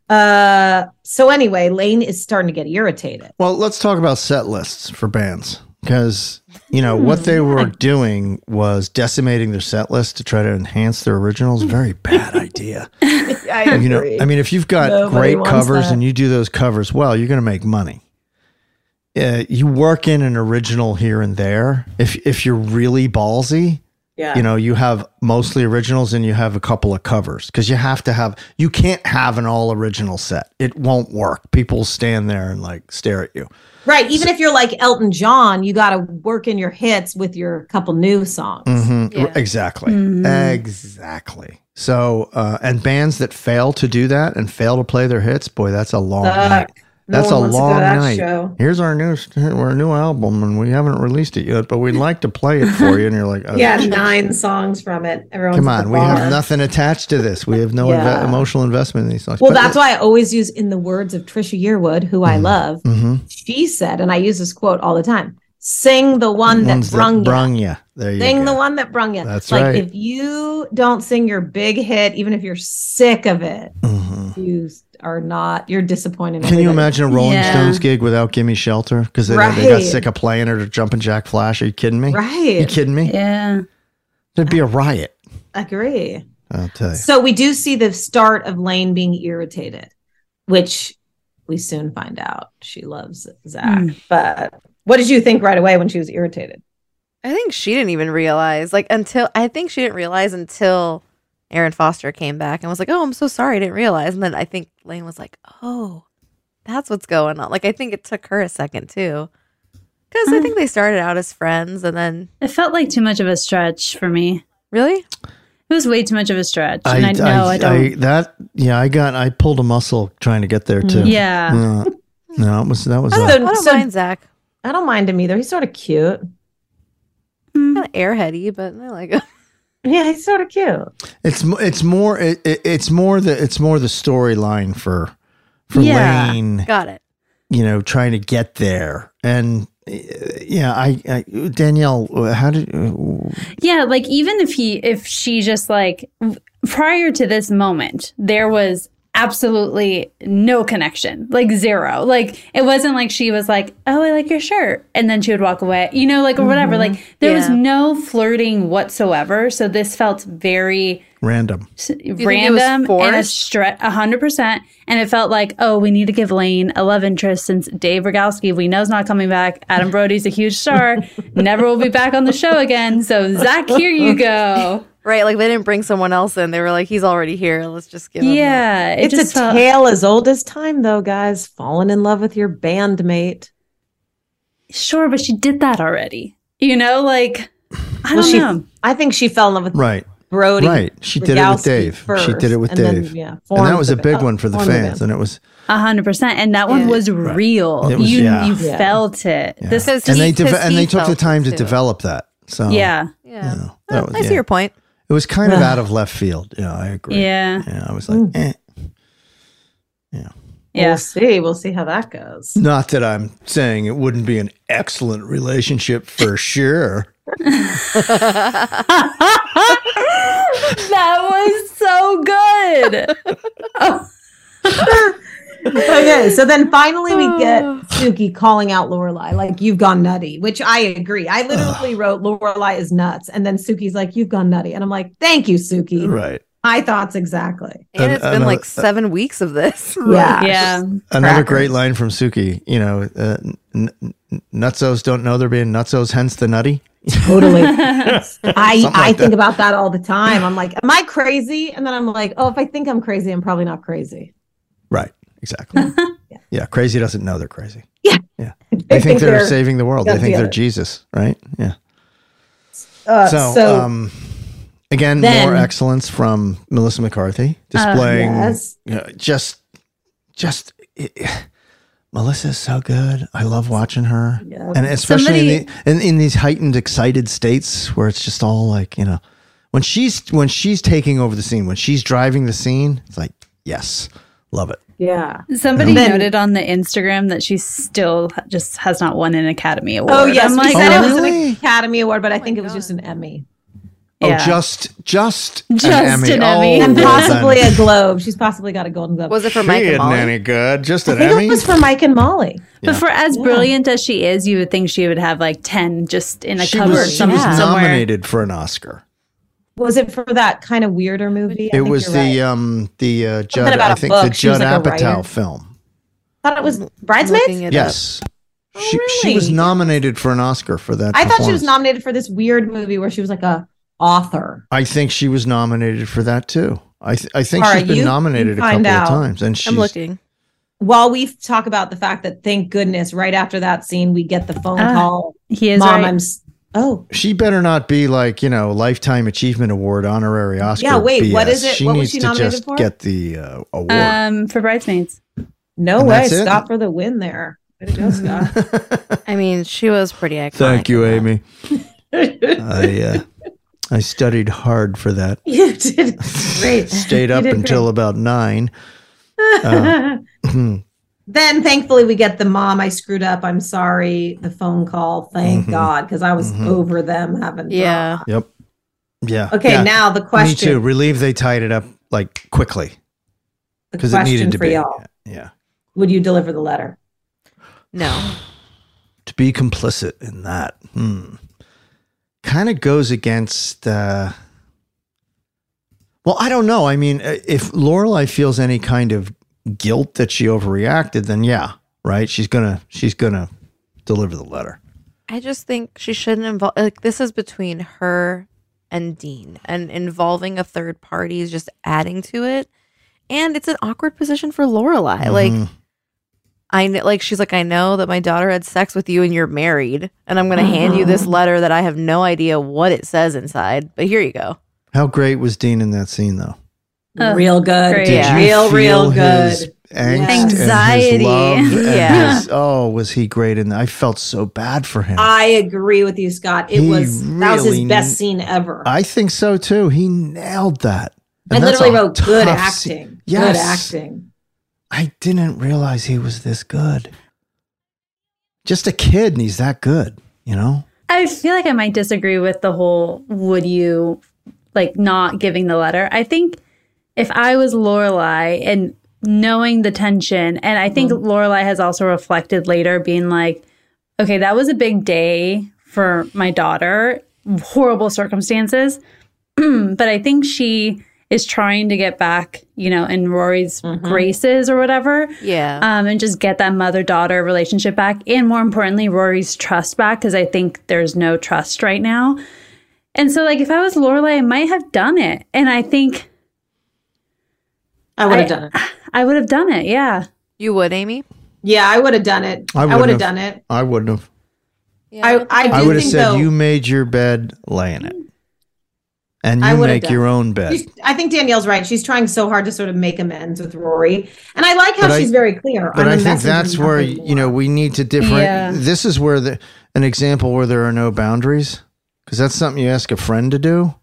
Speaker 4: Uh so anyway, Lane is starting to get irritated.
Speaker 1: Well, let's talk about set lists for bands because you know what they were doing was decimating their set list to try to enhance their originals. Very bad idea.
Speaker 4: I
Speaker 1: You know, I mean, if you've got
Speaker 2: Nobody
Speaker 1: great
Speaker 2: wants
Speaker 1: covers
Speaker 2: that.
Speaker 1: and you do those covers well, you're going to make money. Uh, you work in an original here and there. If if you're really ballsy,
Speaker 2: Yeah.
Speaker 1: you know, you have mostly originals and you have a couple of covers because you have to have. You can't have an all original set. It won't work. People stand there and like stare at you.
Speaker 4: Right. Even if you're like Elton John, you gotta work in your hits with your couple new songs.
Speaker 1: Mhm. R- Exactly.
Speaker 2: Mm-hmm.
Speaker 1: Exactly. So, uh, and bands that fail to do that and fail to play their hits, boy, that's a long
Speaker 4: Suck.
Speaker 1: night.
Speaker 4: No
Speaker 1: Oh That's
Speaker 4: one
Speaker 1: a
Speaker 4: wants to go
Speaker 1: long
Speaker 4: to that
Speaker 1: night.
Speaker 4: show.
Speaker 1: Here's our new our new album, and we haven't released it yet, but we'd like to play it for you. And you're like, oh,
Speaker 4: yeah,
Speaker 1: shit.
Speaker 4: nine songs from it. Everyone's
Speaker 1: come
Speaker 4: at the
Speaker 1: on, we have
Speaker 4: bar.
Speaker 1: nothing attached to this. We have no inve-
Speaker 4: Yeah.
Speaker 1: emotional investment in these songs.
Speaker 4: Well, that's why I always use, in the words of Trisha Yearwood, who I love,
Speaker 1: hmm
Speaker 4: she said, and I use this quote all the time Sing the one
Speaker 1: Ones
Speaker 4: that brung you.
Speaker 1: brung ya. There you
Speaker 4: Sing
Speaker 1: go.
Speaker 4: the one that brung you.
Speaker 1: That's
Speaker 4: like
Speaker 1: right.
Speaker 4: if you don't sing your big hit, even if you're sick of it, you are not. You're disappointed.
Speaker 1: Mm-hmm. Can you imagine a Rolling Stones gig without "Gimme Shelter" because they, they got
Speaker 4: Right.
Speaker 1: sick of playing it or jumping Jack Flash? Are you kidding me?
Speaker 4: Right.
Speaker 1: You kidding me?
Speaker 5: Yeah.
Speaker 1: There'd be a riot.
Speaker 4: Agree.
Speaker 1: I'll tell you.
Speaker 4: So we do see the start of Lane being irritated, which we soon find out she loves Zach.
Speaker 6: Hmm.
Speaker 4: But what did you think right away when she was irritated?
Speaker 6: I think she didn't even realize, like, until I think she didn't realize until Aaron Foster came back and was like, Oh, I'm so sorry, I didn't realize. And then I think Lane was like, Oh, that's what's going on. Like, I think it took her a second too. Because I think they started out as friends and then
Speaker 5: It felt like too much of a stretch for me.
Speaker 6: Really?
Speaker 5: It was way too much of a stretch. and I know I, don't.
Speaker 1: that yeah, I got I pulled a muscle trying to get there too.
Speaker 5: Mm. Yeah.
Speaker 1: No, no, it was that was.
Speaker 4: I
Speaker 1: a-
Speaker 4: don't,
Speaker 6: mind Zach.
Speaker 4: I don't mind him either. He's sort of cute.
Speaker 5: Hmm.
Speaker 6: kind of airheady, but I like it.
Speaker 4: Yeah, he's sort of cute.
Speaker 1: It's m- it's more it, it- it's more the it's more the storyline for for
Speaker 6: yeah.
Speaker 1: Lane,
Speaker 6: Got it.
Speaker 1: you know, trying to get there and uh, yeah, I, I Danielle, uh, how did uh,
Speaker 5: Yeah, like even if he if she just like w- prior to this moment, there was absolutely no connection. Like zero. Like it wasn't like she was like, "Oh, I like your shirt." And then she would walk away. You know, like or whatever.
Speaker 1: Mhm.
Speaker 5: Like there was
Speaker 1: Yeah.
Speaker 5: no flirting whatsoever. So this felt very
Speaker 1: random?
Speaker 5: s-
Speaker 6: it was
Speaker 5: random and a
Speaker 6: forced?
Speaker 5: stretch 100% and it felt like oh we need to give lane a love interest since dave rogalski we know's not coming back adam brody's a huge star never will be back on the show again so zach here you go
Speaker 6: Right. Like, they didn't bring someone else in. They were like, He's already here. Let's just give him. that."
Speaker 5: yeah it
Speaker 4: it's
Speaker 5: just
Speaker 4: a
Speaker 5: felt-
Speaker 4: tale as old as time, though, guys. Falling in love with your bandmate.
Speaker 5: sure but she did that already you know like i
Speaker 4: Well,
Speaker 5: don't
Speaker 4: she-
Speaker 5: know
Speaker 4: I think she fell in love with
Speaker 1: Right.
Speaker 4: Brody.
Speaker 1: Right. She did it with
Speaker 4: Rogowski
Speaker 1: Dave. she did it with
Speaker 4: first, and
Speaker 1: Dave.
Speaker 4: then, yeah,
Speaker 1: and
Speaker 4: formed
Speaker 1: that was
Speaker 4: the
Speaker 1: a big
Speaker 4: band.
Speaker 1: one for the
Speaker 4: Formed the
Speaker 1: fans.
Speaker 4: band.
Speaker 1: and it was
Speaker 5: 100% and that one was real
Speaker 1: It was-
Speaker 5: you
Speaker 1: yeah.
Speaker 5: you
Speaker 1: Yeah.
Speaker 5: felt it
Speaker 1: yeah.
Speaker 5: this is
Speaker 1: and they deve- and they took the time to develop that. So
Speaker 5: yeah
Speaker 6: Yeah. Oh,
Speaker 1: that was,
Speaker 6: I
Speaker 1: yeah.
Speaker 6: see your point.
Speaker 1: It was kind of out of left field. Yeah, I agree.
Speaker 5: yeah
Speaker 1: Yeah, I was like,
Speaker 6: Mm.
Speaker 1: eh.
Speaker 5: Yeah.
Speaker 4: We'll see. We'll see how that goes.
Speaker 1: not that I'm saying it wouldn't be an excellent relationship for sure.
Speaker 5: that was so good.
Speaker 4: okay, so then finally we get Suki calling out Lorelai, like you've gone nutty, which I agree. I literally wrote Lorelai is nuts, and then Suki's like, You've gone nutty. And I'm like, Thank you, Suki.
Speaker 1: Right.
Speaker 4: My thoughts exactly.
Speaker 6: And,
Speaker 1: And-
Speaker 6: it's been
Speaker 1: and, uh,
Speaker 6: like seven weeks of this.
Speaker 4: Yeah.
Speaker 5: Yeah.
Speaker 1: Another great line from Suki, you know, uh, n- n- nutsos don't know they're being nutsos, hence the nutty.
Speaker 4: Totally. I
Speaker 1: Something
Speaker 4: I
Speaker 1: like
Speaker 4: think
Speaker 1: that.
Speaker 4: about that all the time. I'm like, Am I crazy? And then I'm like, Oh, if I think I'm crazy, I'm probably not crazy.
Speaker 1: Right. Exactly. yeah. Crazy doesn't know they're crazy.
Speaker 4: Yeah.
Speaker 1: Yeah. They think they're, saving the world. They
Speaker 4: got
Speaker 1: think
Speaker 4: the
Speaker 1: they're
Speaker 4: other.
Speaker 1: Jesus, right? Yeah.
Speaker 4: Uh,
Speaker 1: so, um, again,
Speaker 4: Then-
Speaker 1: more excellence from Melissa McCarthy displaying
Speaker 4: yes.
Speaker 1: you know, just, just Melissa's so good. I love watching her,
Speaker 4: Yeah.
Speaker 1: and especially in,
Speaker 4: Somebody-
Speaker 1: the, in in these heightened, excited states where it's just all like you know, when she's when she's taking over the scene, when she's driving the scene, it's like yes, love it.
Speaker 4: yeah.
Speaker 5: Somebody
Speaker 1: Then-
Speaker 5: noted on the Instagram that she still ha- just has not won an Academy Award.
Speaker 4: Oh yes,
Speaker 5: I'm
Speaker 4: we
Speaker 5: like,
Speaker 4: said
Speaker 5: oh,
Speaker 4: it was
Speaker 1: really?
Speaker 4: an Academy Award, but I think it was just an Emmy.
Speaker 5: Yeah.
Speaker 1: Oh, just just
Speaker 5: Just an
Speaker 1: Oh,
Speaker 5: Emmy.
Speaker 4: and
Speaker 1: well
Speaker 4: possibly
Speaker 1: done.
Speaker 4: a globe. She's possibly got a golden globe.
Speaker 6: Was it for
Speaker 1: She
Speaker 6: Mike and
Speaker 1: isn't
Speaker 6: Molly?
Speaker 1: any good. Just
Speaker 4: I
Speaker 1: an
Speaker 4: think
Speaker 1: Emmy.
Speaker 4: it was for Mike and Molly.
Speaker 5: But for as brilliant as she is, you would think she would have like ten just in a
Speaker 1: she
Speaker 5: cupboard
Speaker 1: was, she was
Speaker 5: somewhere.
Speaker 1: nominated for an Oscar.
Speaker 4: Was it for that kind of weirder movie? I
Speaker 1: It
Speaker 4: think
Speaker 1: was
Speaker 4: you're
Speaker 1: the
Speaker 4: right.
Speaker 1: um the uh, Judd
Speaker 4: about
Speaker 1: I
Speaker 4: a
Speaker 1: think the
Speaker 4: book. She was
Speaker 1: Judd
Speaker 4: like a writer.
Speaker 1: Apatow film.
Speaker 4: I thought it was Bridesmaids.
Speaker 1: Yes. She, she was
Speaker 4: Oh, really?
Speaker 1: nominated for an Oscar for that.
Speaker 4: I thought she
Speaker 1: performance.
Speaker 4: was nominated for this weird movie where she was like a author.
Speaker 1: I think she was nominated for that too. I th- I think
Speaker 4: Tara,
Speaker 1: she's been
Speaker 4: you-
Speaker 1: nominated
Speaker 4: you
Speaker 1: a couple
Speaker 4: find out.
Speaker 1: of times, and she's
Speaker 4: While we talk about the fact that, thank goodness, right after that scene, we get the phone
Speaker 5: Ah,
Speaker 4: call.
Speaker 5: he is
Speaker 4: Mom,
Speaker 5: right.
Speaker 4: I'm. s- Oh,
Speaker 1: she better not be like you know lifetime achievement award honorary Oscar.
Speaker 4: Yeah, wait, what
Speaker 1: BS.
Speaker 4: is it?
Speaker 1: She
Speaker 4: What was
Speaker 1: needs
Speaker 4: she
Speaker 1: to
Speaker 4: nominated
Speaker 1: just
Speaker 4: for?
Speaker 1: get the uh, award.
Speaker 5: um, for bridesmaids.
Speaker 4: no
Speaker 1: And
Speaker 4: way.
Speaker 1: that's it?
Speaker 4: Scott for the win there. Way to go, Scott.
Speaker 6: I mean, she was pretty iconic.
Speaker 1: you, Amy. I uh, I studied hard for that.
Speaker 4: you did great.
Speaker 1: Stayed
Speaker 4: You
Speaker 1: up
Speaker 4: did
Speaker 1: until
Speaker 4: great.
Speaker 1: about nine. Uh,
Speaker 4: Then thankfully we get the mom, I screwed up, I'm sorry, the phone call, thank
Speaker 1: Mhm.
Speaker 4: God, because I was
Speaker 1: Mhm.
Speaker 4: over them having drama.
Speaker 1: Yep. Yeah.
Speaker 4: Okay,
Speaker 1: Yeah.
Speaker 4: now the
Speaker 1: Me too.
Speaker 4: question-
Speaker 1: Relieved they tied it up like quickly
Speaker 4: The
Speaker 1: because it
Speaker 4: question
Speaker 1: needed to
Speaker 4: for
Speaker 1: be.
Speaker 4: y'all.
Speaker 1: Yeah.
Speaker 4: Would you deliver the letter?
Speaker 6: No.
Speaker 1: To be complicit in that. Hmm. Kind of goes against. Uh, well, I don't know. I mean, i- if Lorelai feels any kind of guilt that she overreacted, then yeah, right. She's gonna she's gonna deliver the letter.
Speaker 6: I just think she shouldn't involve. Like this is between her and Dean, and involving a third party is just adding to it. And it's an awkward position for Lorelai.
Speaker 1: Mm-hmm.
Speaker 6: Like I kn- like she's like I know that my daughter had sex with you and you're married, and I'm gonna hand you
Speaker 1: Mm-hmm.
Speaker 6: this letter that I have no idea what it says inside. But here you go.
Speaker 1: How great was Dean in that scene, though?
Speaker 6: Oh,
Speaker 4: real good.
Speaker 6: great.
Speaker 1: Did
Speaker 6: Yeah.
Speaker 1: you
Speaker 6: Real,
Speaker 1: feel
Speaker 6: real
Speaker 1: his
Speaker 6: good.
Speaker 1: angst and his
Speaker 4: Anxiety.
Speaker 1: love and
Speaker 4: Yeah. Uh,
Speaker 1: his- oh, was he great? And I felt so bad for him.
Speaker 4: I agree with you, Scott. It
Speaker 1: He
Speaker 4: was that was his
Speaker 1: really
Speaker 4: best
Speaker 1: kn-
Speaker 4: scene ever.
Speaker 1: I think so too. He nailed that.
Speaker 4: I
Speaker 1: And that's
Speaker 4: literally
Speaker 1: a
Speaker 4: wrote good
Speaker 1: tough scene."
Speaker 4: acting. Good
Speaker 1: Yes.
Speaker 4: acting.
Speaker 1: I didn't realize he was this good. Just a kid, and he's that good. You know,
Speaker 5: I feel like I might disagree with the whole would you like not giving the letter. I think if I was Lorelai and knowing the tension, and I think Lorelai has also reflected later, being like, okay, that was a big day for my daughter, horrible circumstances. but I think she is trying to get back, you know, in Rory's graces or whatever.
Speaker 6: Yeah.
Speaker 5: Um, and just get that mother daughter relationship back. And more importantly, Rory's trust back because I think there's no trust right now. And so, like, if I was Lorelai, I might have done it. And I think
Speaker 4: I would have done it.
Speaker 5: I would have done it. Yeah.
Speaker 6: You would, Amy?
Speaker 4: Yeah, I would have done it. I would have done it.
Speaker 1: I wouldn't have.
Speaker 4: I I, do
Speaker 1: I would have
Speaker 4: think,
Speaker 1: said
Speaker 4: though,
Speaker 1: you made your bed, lay in it, and
Speaker 4: I
Speaker 1: you
Speaker 4: would've
Speaker 1: make
Speaker 4: done
Speaker 1: your
Speaker 4: it.
Speaker 1: own bed.
Speaker 4: She's- I think Danielle's right. She's trying so hard to sort of make amends with Rory, and I like how
Speaker 1: But I-
Speaker 4: she's very clear.
Speaker 1: But
Speaker 4: I'm a
Speaker 1: I think
Speaker 4: messenger,
Speaker 1: that's where
Speaker 4: nothing
Speaker 1: you know we need to different.
Speaker 4: Yeah.
Speaker 1: This is where the an example where there are no boundaries because that's something you ask a friend to do.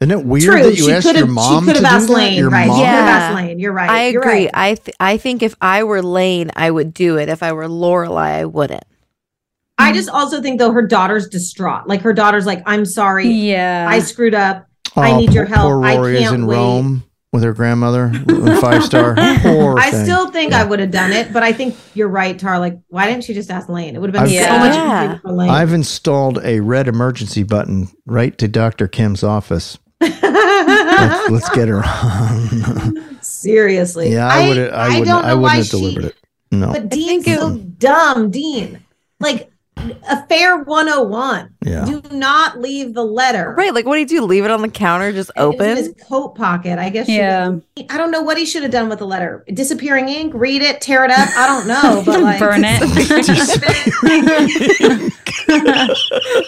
Speaker 1: Isn't it weird
Speaker 4: True,
Speaker 1: that you
Speaker 4: she
Speaker 1: ask
Speaker 4: could've-
Speaker 1: your
Speaker 4: she
Speaker 1: mom to
Speaker 4: could've
Speaker 1: do
Speaker 4: asked
Speaker 1: that?
Speaker 4: Lane,
Speaker 1: your
Speaker 4: right.
Speaker 1: mom?
Speaker 4: She could've asked Lane. You're right.
Speaker 6: I
Speaker 4: You're
Speaker 6: agree.
Speaker 4: right.
Speaker 6: I th- I think if I were Lane, I would do it. If I were Lorelai, I wouldn't. Mm.
Speaker 4: I just also think though her daughter's distraught. Like her daughter's like, I'm sorry.
Speaker 5: Yeah.
Speaker 4: I screwed up. I
Speaker 1: Oh,
Speaker 4: need your
Speaker 1: poor-
Speaker 4: help.
Speaker 1: Poor Rory is
Speaker 4: I can't
Speaker 1: in
Speaker 4: wait.
Speaker 1: Rome with her grandmother, five star. Poor
Speaker 4: I
Speaker 1: thing.
Speaker 4: still think I would have done it, but I think you're right, Tar. Like, why didn't she just ask Lane? It would have
Speaker 1: I've-
Speaker 4: been so much easier for Lane.
Speaker 1: I've installed a red emergency button right to Dr. Kim's office. let's, let's get her on.
Speaker 4: Seriously.
Speaker 1: yeah, I would have.
Speaker 4: I
Speaker 1: I wouldn't.
Speaker 4: don't
Speaker 1: I,
Speaker 4: know why
Speaker 1: wouldn't have
Speaker 4: she-
Speaker 1: delivered it. No.
Speaker 4: But Dean's so dumb, Dean. Like affair 101.
Speaker 1: Yeah.
Speaker 4: Do not leave the letter.
Speaker 6: Right? Like, what do you do? Leave it on the counter, just
Speaker 4: It was in
Speaker 6: open?
Speaker 4: his coat pocket. I guess. she-
Speaker 6: Yeah.
Speaker 4: I don't know what he should have done with the letter. Disappearing ink. Read it. Tear it up. I don't know. But like,
Speaker 5: Burn
Speaker 4: it.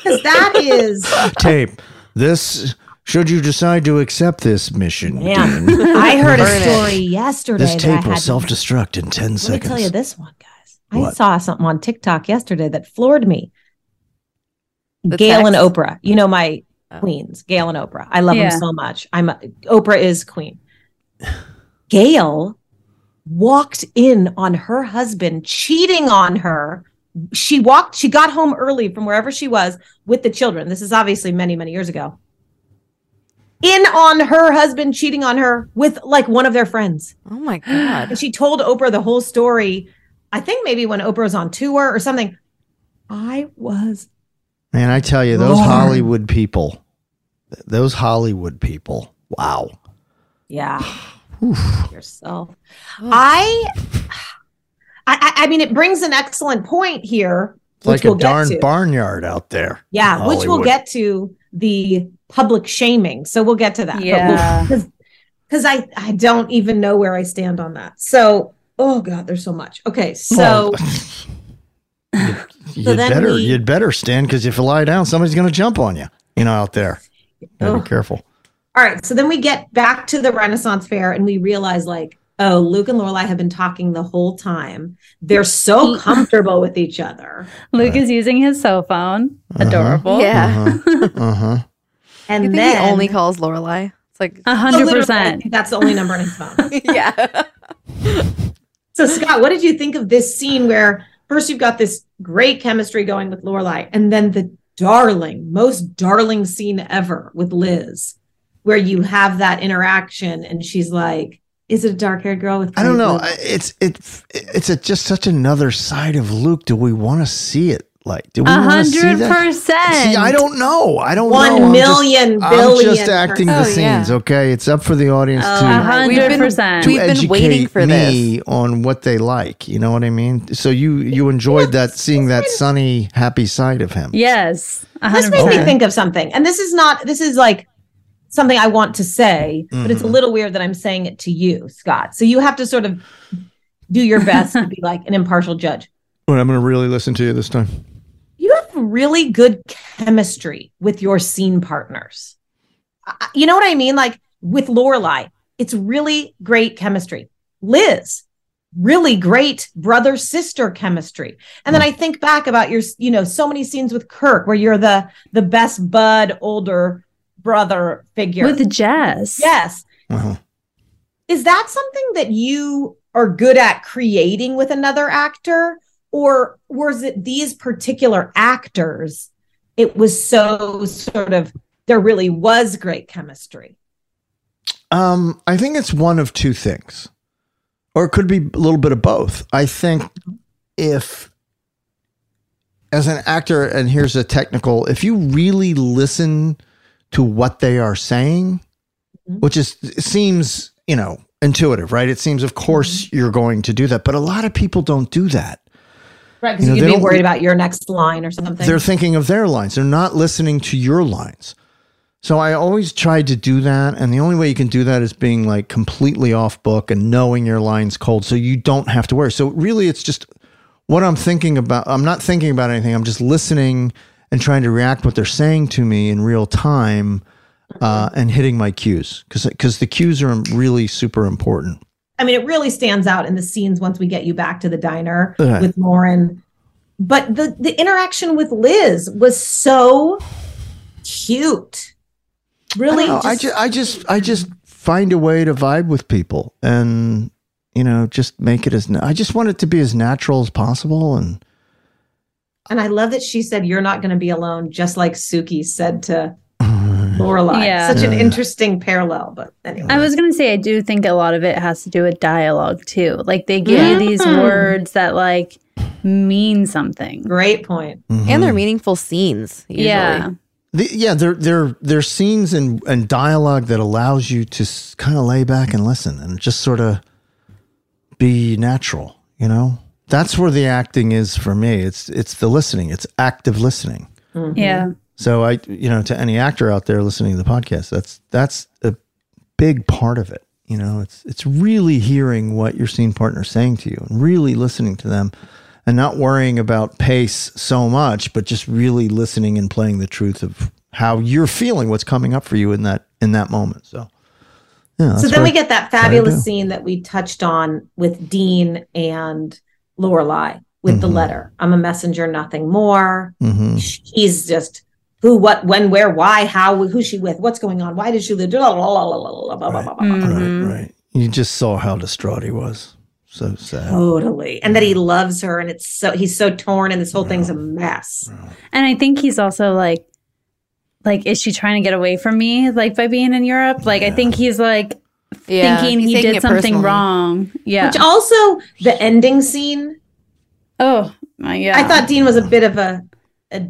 Speaker 4: Because that is.
Speaker 1: Tape. This. Should you decide to accept this mission,
Speaker 4: Man,
Speaker 1: Dean,
Speaker 4: I heard a
Speaker 1: Burn it.
Speaker 4: story yesterday.
Speaker 1: This
Speaker 4: that
Speaker 1: tape
Speaker 4: I
Speaker 1: will
Speaker 4: had-
Speaker 1: self-destruct in ten
Speaker 4: Let me
Speaker 1: seconds.
Speaker 4: tell you this one, guys. I
Speaker 1: What?
Speaker 4: saw something on TikTok yesterday that floored me. Gail and
Speaker 10: text?
Speaker 4: Oprah. You know my
Speaker 8: Oh.
Speaker 4: queens, Gail and Oprah. I love
Speaker 10: Yeah.
Speaker 4: them so much. I'm a, Oprah is queen. Gail walked in on her husband cheating on her. She walked, she got home early from wherever she was with the children. This is obviously many, many years ago. In on her husband cheating on her with like one of their friends.
Speaker 6: Oh my God.
Speaker 4: And she told Oprah the whole story. I think maybe when Oprah was on tour or something. I was
Speaker 1: Man, I tell you, those
Speaker 4: Lord.
Speaker 1: Hollywood people, th- those Hollywood people. Wow.
Speaker 4: Yeah. Yourself. I, I, I mean, it brings an excellent point here,
Speaker 1: It's like
Speaker 4: which we'll
Speaker 1: a darn
Speaker 4: get to.
Speaker 1: barnyard out there.
Speaker 4: yeah, which we'll
Speaker 1: Hollywood.
Speaker 4: get to the public shaming. So we'll get to that.
Speaker 5: Yeah.
Speaker 4: Because I, I don't even know where I stand on that. So, oh God, there's so much. Okay. So,
Speaker 1: Well,
Speaker 4: So
Speaker 1: you'd
Speaker 4: then
Speaker 1: better
Speaker 4: we-
Speaker 1: you'd better stand because if you lie down, somebody's gonna jump on you. You know, out there. Gotta
Speaker 4: Ugh.
Speaker 1: be careful.
Speaker 4: all right. So then we get back to the Renaissance Fair and we realize, like, oh, Luke and Lorelai have been talking the whole time. They're so comfortable with each other.
Speaker 5: Luke is using his cell phone. Adorable.
Speaker 1: Uh-huh.
Speaker 6: Yeah.
Speaker 1: Uh huh.
Speaker 4: And
Speaker 6: You think
Speaker 4: then
Speaker 6: he only calls
Speaker 5: Uh-huh.
Speaker 6: Lorelai. It's like
Speaker 5: A hundred percent.
Speaker 4: That's the only number in his phone.
Speaker 6: yeah.
Speaker 4: So Scott, what did you think of this scene where first you've got this great chemistry going with Lorelai, and then the darling, most darling scene ever with Liz, where you have that interaction and she's like, "Is it a dark-haired girl with?"
Speaker 1: I don't know.
Speaker 4: blue
Speaker 1: I- It's it's it's a, just such another side of Luke. Do we want to see it? Like, do we
Speaker 5: A
Speaker 1: want to see
Speaker 5: hundred
Speaker 1: that?
Speaker 5: percent.
Speaker 1: See, I don't know. I don't
Speaker 5: One
Speaker 1: know. I'm
Speaker 5: million
Speaker 1: just, I'm
Speaker 5: billion
Speaker 1: just acting
Speaker 5: percent.
Speaker 1: the
Speaker 5: Oh, yeah.
Speaker 1: scenes. Okay, it's up for the audience
Speaker 5: Oh,
Speaker 1: to
Speaker 5: a hundred We've percent.
Speaker 1: to
Speaker 5: been- we've been
Speaker 1: educate
Speaker 5: waiting for
Speaker 1: me on what they like. You know what I mean? So you you enjoyed that seeing that sunny, happy side of him.
Speaker 5: Yes.
Speaker 4: This made me
Speaker 1: 100%.
Speaker 4: think of something. And this is not, this is like something I want to say, but it's a
Speaker 1: Mhm.
Speaker 4: little weird that I'm saying it to you, Scott. So you have to sort of do your best to be like an impartial judge.
Speaker 1: But I'm going to really listen to you this time.
Speaker 4: You have really good chemistry with your scene partners. I- You know what I mean? Like with Lorelai, it's really great chemistry. Liz, really great brother sister chemistry. And then I think back about your, you know, so many scenes with Kirk where you're the the best bud older brother figure
Speaker 5: With Jess.
Speaker 4: Yes. Is that something that you are good at creating with another actor or was it these particular actors it was so sort of there really was great chemistry.
Speaker 1: Um, I think it's one of two things, or it could be a little bit of both. I think if, as an actor, and here's a technical, if you really listen to what they are saying, which is it seems you know intuitive, right? It seems, of course, you're going to do that, but a lot of people don't do that.
Speaker 4: Right,
Speaker 1: You
Speaker 4: because
Speaker 1: know,
Speaker 4: you
Speaker 1: they
Speaker 4: would be
Speaker 1: don't-
Speaker 4: worried about your next line or something.
Speaker 1: They're thinking of their lines. They're not listening to your lines. So I always tried to do that. And the only way you can do that is being like completely off book and knowing your lines cold. So you don't have to worry. So really, it's just what I'm thinking about. I'm not thinking about anything. I'm just listening and trying to react what they're saying to me in real time uh, and hitting my cues because the cues are really super important.
Speaker 4: I mean, it really stands out in the scenes once we get you back to the diner
Speaker 1: Okay.
Speaker 4: with Lauren. But the the interaction with Liz was so cute. Really,
Speaker 1: I,
Speaker 4: just-
Speaker 1: just, I just I just find a way to vibe with people and you know just make it as na- I just want it to be as natural as possible and
Speaker 4: and I love that she said, "You're not going to be alone," just like Suki said to Lorelai.
Speaker 5: Yeah.
Speaker 4: Such an
Speaker 5: Yeah.
Speaker 4: interesting parallel. But anyway,
Speaker 5: I was gonna say I do think a lot of it has to do with dialogue too. Like they give you these
Speaker 4: Mm-hmm.
Speaker 6: Mm.
Speaker 5: words that like mean something.
Speaker 4: Great point.
Speaker 1: Mm-hmm.
Speaker 6: And they're meaningful scenes. Usually.
Speaker 5: Yeah.
Speaker 1: the, yeah there there there's scenes and and dialogue that allows you to kind of lay back and listen and just sort of be natural you know that's where the acting is for me it's it's the listening it's active listening
Speaker 4: Mm-hmm.
Speaker 5: Yeah.
Speaker 1: so I you know to any actor out there listening to the podcast that's that's a big part of it you know it's it's really hearing what your scene partner's saying to you and really listening to them and not worrying about pace so much but just really listening and playing the truth of how you're feeling what's coming up for you in that in that moment so yeah
Speaker 4: so
Speaker 1: that's what
Speaker 4: then we
Speaker 1: I-
Speaker 4: get that
Speaker 1: that's what I do.
Speaker 4: fabulous scene that we touched on with Dean and Lorelai with the
Speaker 1: Mhm.
Speaker 4: letter. I'm a messenger, nothing more.
Speaker 1: Mhm.
Speaker 4: He's just who, what, when, where, why, how, who's she with, what's going on, why did she live? Blah, blah, blah, blah, blah, blah, blah, blah,
Speaker 1: Mm.
Speaker 4: blah.
Speaker 1: right right
Speaker 4: Mm-hmm.
Speaker 1: you just saw how distraught he was so sad
Speaker 4: Oh, Totally. And that he loves her and it's so he's so torn and this whole thing's a mess.
Speaker 5: And I think he's also like, like, is she trying to get away from me? Like by being in Europe? Like I think he's like
Speaker 4: Yeah,
Speaker 5: thinking
Speaker 4: he's
Speaker 5: he
Speaker 4: taking
Speaker 5: did
Speaker 4: it
Speaker 5: something
Speaker 4: personally.
Speaker 5: wrong. Yeah.
Speaker 4: Which also the ending scene.
Speaker 5: Oh my god.
Speaker 4: I thought Dean was a bit of a a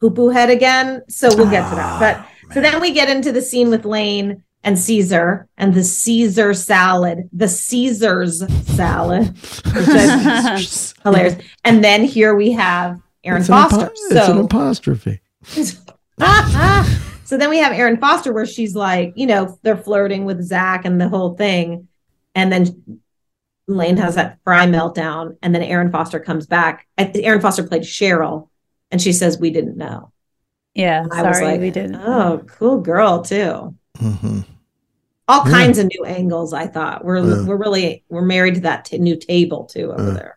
Speaker 4: poo poo head again. So we'll get to
Speaker 1: Ah,
Speaker 4: that. But so then we get into the scene with Lane and Caesar and the Caesar salad, the Caesar's salad. which I- hilarious. And then here we have Aaron
Speaker 1: It's an apo-
Speaker 4: Foster.
Speaker 1: it's an
Speaker 4: so
Speaker 1: apostrophe
Speaker 4: so then we have Aaron Foster, where she's like, you know, they're flirting with Zach and the whole thing. And then Lane has that fry meltdown. And then Aaron Foster comes back. I- Aaron Foster played Cheryl, and she says, We didn't know.
Speaker 5: Yeah.
Speaker 4: And I was
Speaker 5: Sorry,
Speaker 4: like,
Speaker 5: we didn't.
Speaker 4: Oh, cool girl, too.
Speaker 1: mm-hmm.
Speaker 4: All
Speaker 1: Yeah.
Speaker 4: kinds of new angles, I thought. We're,
Speaker 1: Yeah.
Speaker 4: we're really, we're married to that t- new table, too, over
Speaker 1: Yeah.
Speaker 4: there.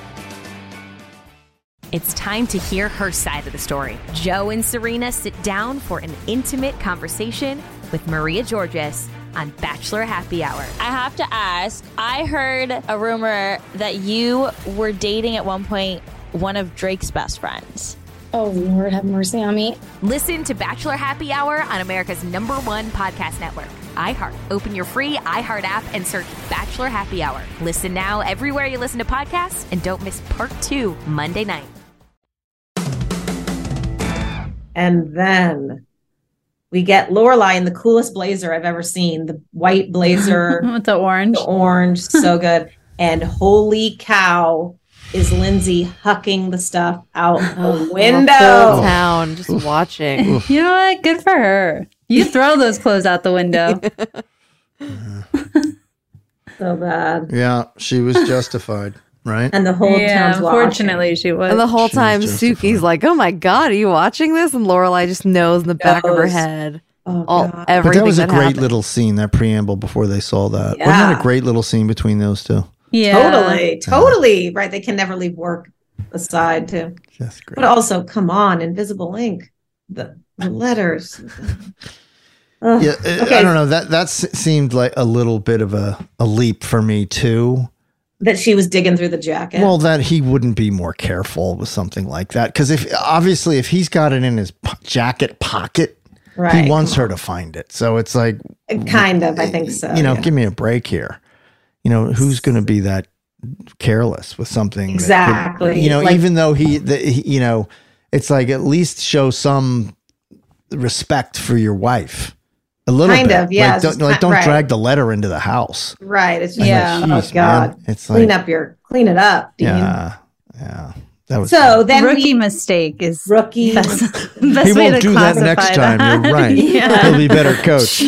Speaker 8: It's time to hear her side of the story. Joe and Serena sit down for an intimate conversation with Maria Georges on Bachelor Happy Hour.
Speaker 9: I have to ask. I heard a rumor that you were dating at one point one of Drake's best friends.
Speaker 11: Oh, Lord have mercy on me.
Speaker 8: Listen to Bachelor Happy Hour on America's number one podcast network, iHeart. Open your free iHeart app and search Bachelor Happy Hour. Listen now everywhere you listen to podcasts and don't miss part two Monday night.
Speaker 4: And then we get Lorelai in the coolest blazer I've ever seen. The white blazer
Speaker 5: with the orange.
Speaker 4: The orange, so good. And holy cow, is Lindsay hucking the stuff out the window.
Speaker 6: whole town just watching.
Speaker 5: you know what? Good for her. You throw those clothes out the window.
Speaker 4: so bad.
Speaker 1: Yeah, she was justified, right?
Speaker 4: And the
Speaker 6: whole
Speaker 5: yeah,
Speaker 6: town's watching.
Speaker 5: Unfortunately, she was.
Speaker 6: And the whole time, Suki's like, "Oh my god, are you watching this?" And Lorelai just knows in the back of her
Speaker 5: Knows.
Speaker 6: head all
Speaker 1: But
Speaker 6: everything
Speaker 1: that was a great
Speaker 6: happened.
Speaker 1: little scene, that preamble before they saw that. Wasn't
Speaker 4: Yeah.
Speaker 1: that a great little scene between those two?
Speaker 4: Totally. Totally. Right. They can never leave work aside too.
Speaker 1: That's
Speaker 4: great. But also, come on, invisible ink. The, the letters. Ugh.
Speaker 1: Yeah, uh, I don't know. That that s- seemed like a little bit of a, a leap for me too.
Speaker 4: That she was digging through the jacket.
Speaker 1: Well, that he wouldn't be more careful with something like that because if obviously if he's got it in his po- jacket pocket,
Speaker 4: Right.
Speaker 1: he wants her to find it. So it's like,
Speaker 4: kind of, I think so.
Speaker 1: eh, you know,
Speaker 4: yeah.
Speaker 1: give me a break here. You know, who's going to be that careless with something? that could-
Speaker 4: Exactly.
Speaker 1: you know,
Speaker 4: Like-
Speaker 1: even though he, the, he, you know, it's like at least show some respect for your wife. A little
Speaker 4: Kind
Speaker 1: bit.
Speaker 4: of, yeah,
Speaker 1: Like,
Speaker 4: it's
Speaker 1: don't,
Speaker 4: just
Speaker 1: like,
Speaker 4: ki-
Speaker 1: don't
Speaker 4: right.
Speaker 1: drag the letter into the house.
Speaker 4: Right. It's
Speaker 1: I'm
Speaker 4: just
Speaker 1: like,
Speaker 4: yeah. oh
Speaker 1: "Jeez, man."
Speaker 4: God.
Speaker 1: It's
Speaker 4: clean
Speaker 1: like-
Speaker 4: up your clean it up. Dean.
Speaker 1: Yeah. Yeah. That was
Speaker 4: So then
Speaker 5: rookie
Speaker 4: we-
Speaker 5: mistake is
Speaker 4: rookie.
Speaker 5: Best,
Speaker 1: he
Speaker 5: best way to
Speaker 1: won't do that
Speaker 5: classify
Speaker 1: next time. You're right.
Speaker 5: Yeah.
Speaker 1: He'll be better coach.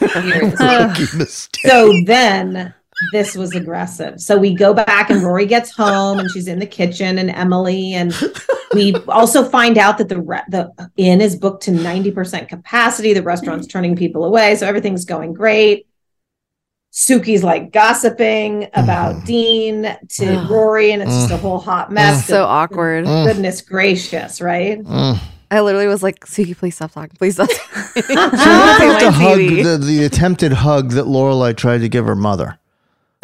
Speaker 5: Uh,
Speaker 4: Rookie So then this was aggressive. So we go back and Rory gets home and she's in the kitchen and Emily and we also find out that the re- the inn is booked to 90% capacity. The restaurant's turning people away, so everything's going great. Suki's like gossiping about
Speaker 1: Mm.
Speaker 4: Dean to Rory and it's just a whole hot mess.
Speaker 6: So awkward.
Speaker 1: Mm.
Speaker 4: Goodness gracious, right?
Speaker 6: I literally was like, "Suki, please stop talking. Please stop." talking."
Speaker 1: What
Speaker 6: My
Speaker 1: the, hug,
Speaker 6: TV.
Speaker 1: the, the attempted hug that Lorelai tried to give her mother.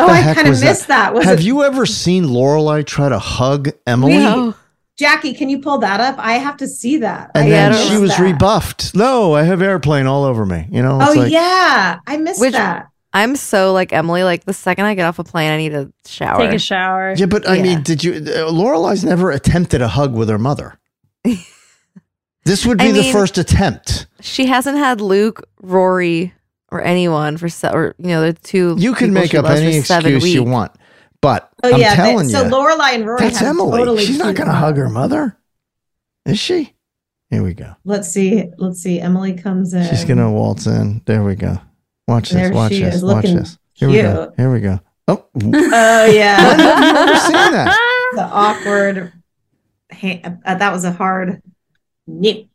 Speaker 4: Oh,
Speaker 1: The
Speaker 4: I
Speaker 1: heck
Speaker 4: kinda
Speaker 1: was
Speaker 4: missed that. Was
Speaker 1: Have
Speaker 4: it-
Speaker 1: you ever seen Lorelai try to hug Emily?
Speaker 4: We-
Speaker 5: Oh,
Speaker 4: Jackie, can you pull that up? I have to see that.
Speaker 1: And
Speaker 4: I
Speaker 1: then
Speaker 4: missed
Speaker 1: she was
Speaker 4: that.
Speaker 1: rebuffed. No, I have airplane all over me. You know, it's
Speaker 4: Oh
Speaker 1: like,
Speaker 4: yeah, I missed that.
Speaker 6: I'm so like Emily. Like the second I get off a plane, I need a shower.
Speaker 5: Take a shower.
Speaker 1: Yeah, but I mean, did you? Uh, Lorelai's never attempted a hug with her mother. this would be
Speaker 6: I
Speaker 1: the
Speaker 6: mean-
Speaker 1: first attempt.
Speaker 6: she hasn't had Luke, Rory, or anyone for se- or you know the two.
Speaker 1: You can
Speaker 6: people
Speaker 1: make
Speaker 6: she
Speaker 1: up
Speaker 6: loves
Speaker 1: any
Speaker 6: for seven
Speaker 1: excuse you
Speaker 6: weeks.
Speaker 1: want, but
Speaker 4: Oh
Speaker 1: I'm
Speaker 4: yeah, they-
Speaker 1: telling
Speaker 4: so
Speaker 1: you,
Speaker 4: Lorelai and Rory.
Speaker 1: that's
Speaker 4: have
Speaker 1: Emily.
Speaker 4: Totally
Speaker 1: She's not
Speaker 4: cute
Speaker 1: going to hug her mother, is she? Here we go.
Speaker 4: Let's see. Let's see. Emily comes in.
Speaker 1: She's going to waltz in. There we go. Watch this.
Speaker 4: Um, There
Speaker 1: watch
Speaker 4: she
Speaker 1: this.
Speaker 4: is,
Speaker 1: watch
Speaker 4: looking
Speaker 1: this. Here we go.
Speaker 4: cute.
Speaker 1: Here we go. Oh,
Speaker 4: Oh yeah.
Speaker 1: When have you ever seen that?
Speaker 4: The awkward. ha- uh, that was a hard. Nip.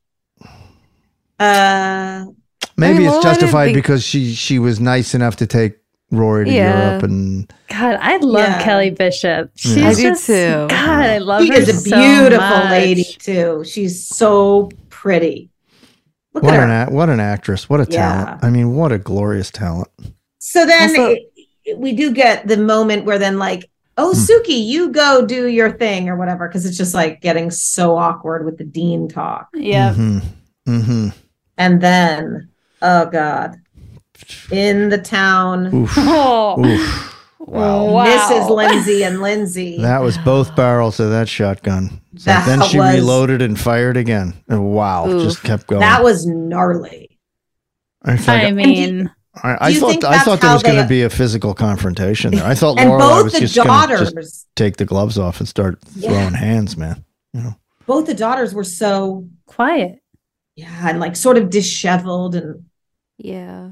Speaker 4: Uh.
Speaker 1: maybe
Speaker 4: mean, Lorelai
Speaker 1: it's
Speaker 4: didn't
Speaker 1: justified
Speaker 4: think-
Speaker 1: because she she was nice enough to take Rory to
Speaker 5: Yeah.
Speaker 1: Europe and
Speaker 5: God, I love
Speaker 4: Yeah.
Speaker 5: Kelly Bishop. She's
Speaker 1: Yeah. I do
Speaker 5: just,
Speaker 6: too.
Speaker 5: God, I love
Speaker 4: She
Speaker 5: her.
Speaker 4: is a
Speaker 5: so
Speaker 4: beautiful
Speaker 5: much.
Speaker 4: lady too. She's so pretty. Look
Speaker 1: what
Speaker 4: at
Speaker 1: an
Speaker 4: her.
Speaker 1: act, what an actress, what a
Speaker 4: Yeah.
Speaker 1: talent! I mean, what a glorious talent.
Speaker 4: So then
Speaker 6: Also-
Speaker 4: it- it- we do get the moment where then like,
Speaker 1: Hmm.
Speaker 4: oh Suki, you go do your thing or whatever, because it's just like getting so awkward with the dean talk.
Speaker 5: Yeah.
Speaker 1: hmm hmm
Speaker 4: And then, oh god, in the town,
Speaker 1: Oof.
Speaker 4: Oh.
Speaker 5: Oh.
Speaker 1: Oof. Wow.
Speaker 4: Mrs. Lindsay and Lindsay.
Speaker 1: That was both barrels of that shotgun. So
Speaker 4: That
Speaker 1: then she
Speaker 4: was-
Speaker 1: reloaded and fired again. And wow,
Speaker 4: Oof.
Speaker 1: just kept going.
Speaker 4: That was gnarly.
Speaker 1: It's like-
Speaker 5: I mean,
Speaker 1: I,
Speaker 4: do
Speaker 1: I
Speaker 4: you
Speaker 1: thought
Speaker 4: think
Speaker 1: I
Speaker 4: that's
Speaker 1: thought there
Speaker 4: how
Speaker 1: was going to
Speaker 4: they-
Speaker 1: be a physical confrontation there. I thought
Speaker 4: And
Speaker 1: Laura
Speaker 4: both
Speaker 1: was
Speaker 4: the
Speaker 1: just going to just
Speaker 4: daughters-
Speaker 1: take the gloves off and start
Speaker 4: Yeah.
Speaker 1: throwing hands, man.
Speaker 4: Both the daughters were so
Speaker 5: quiet.
Speaker 4: yeah, and like sort of disheveled and
Speaker 6: Yeah.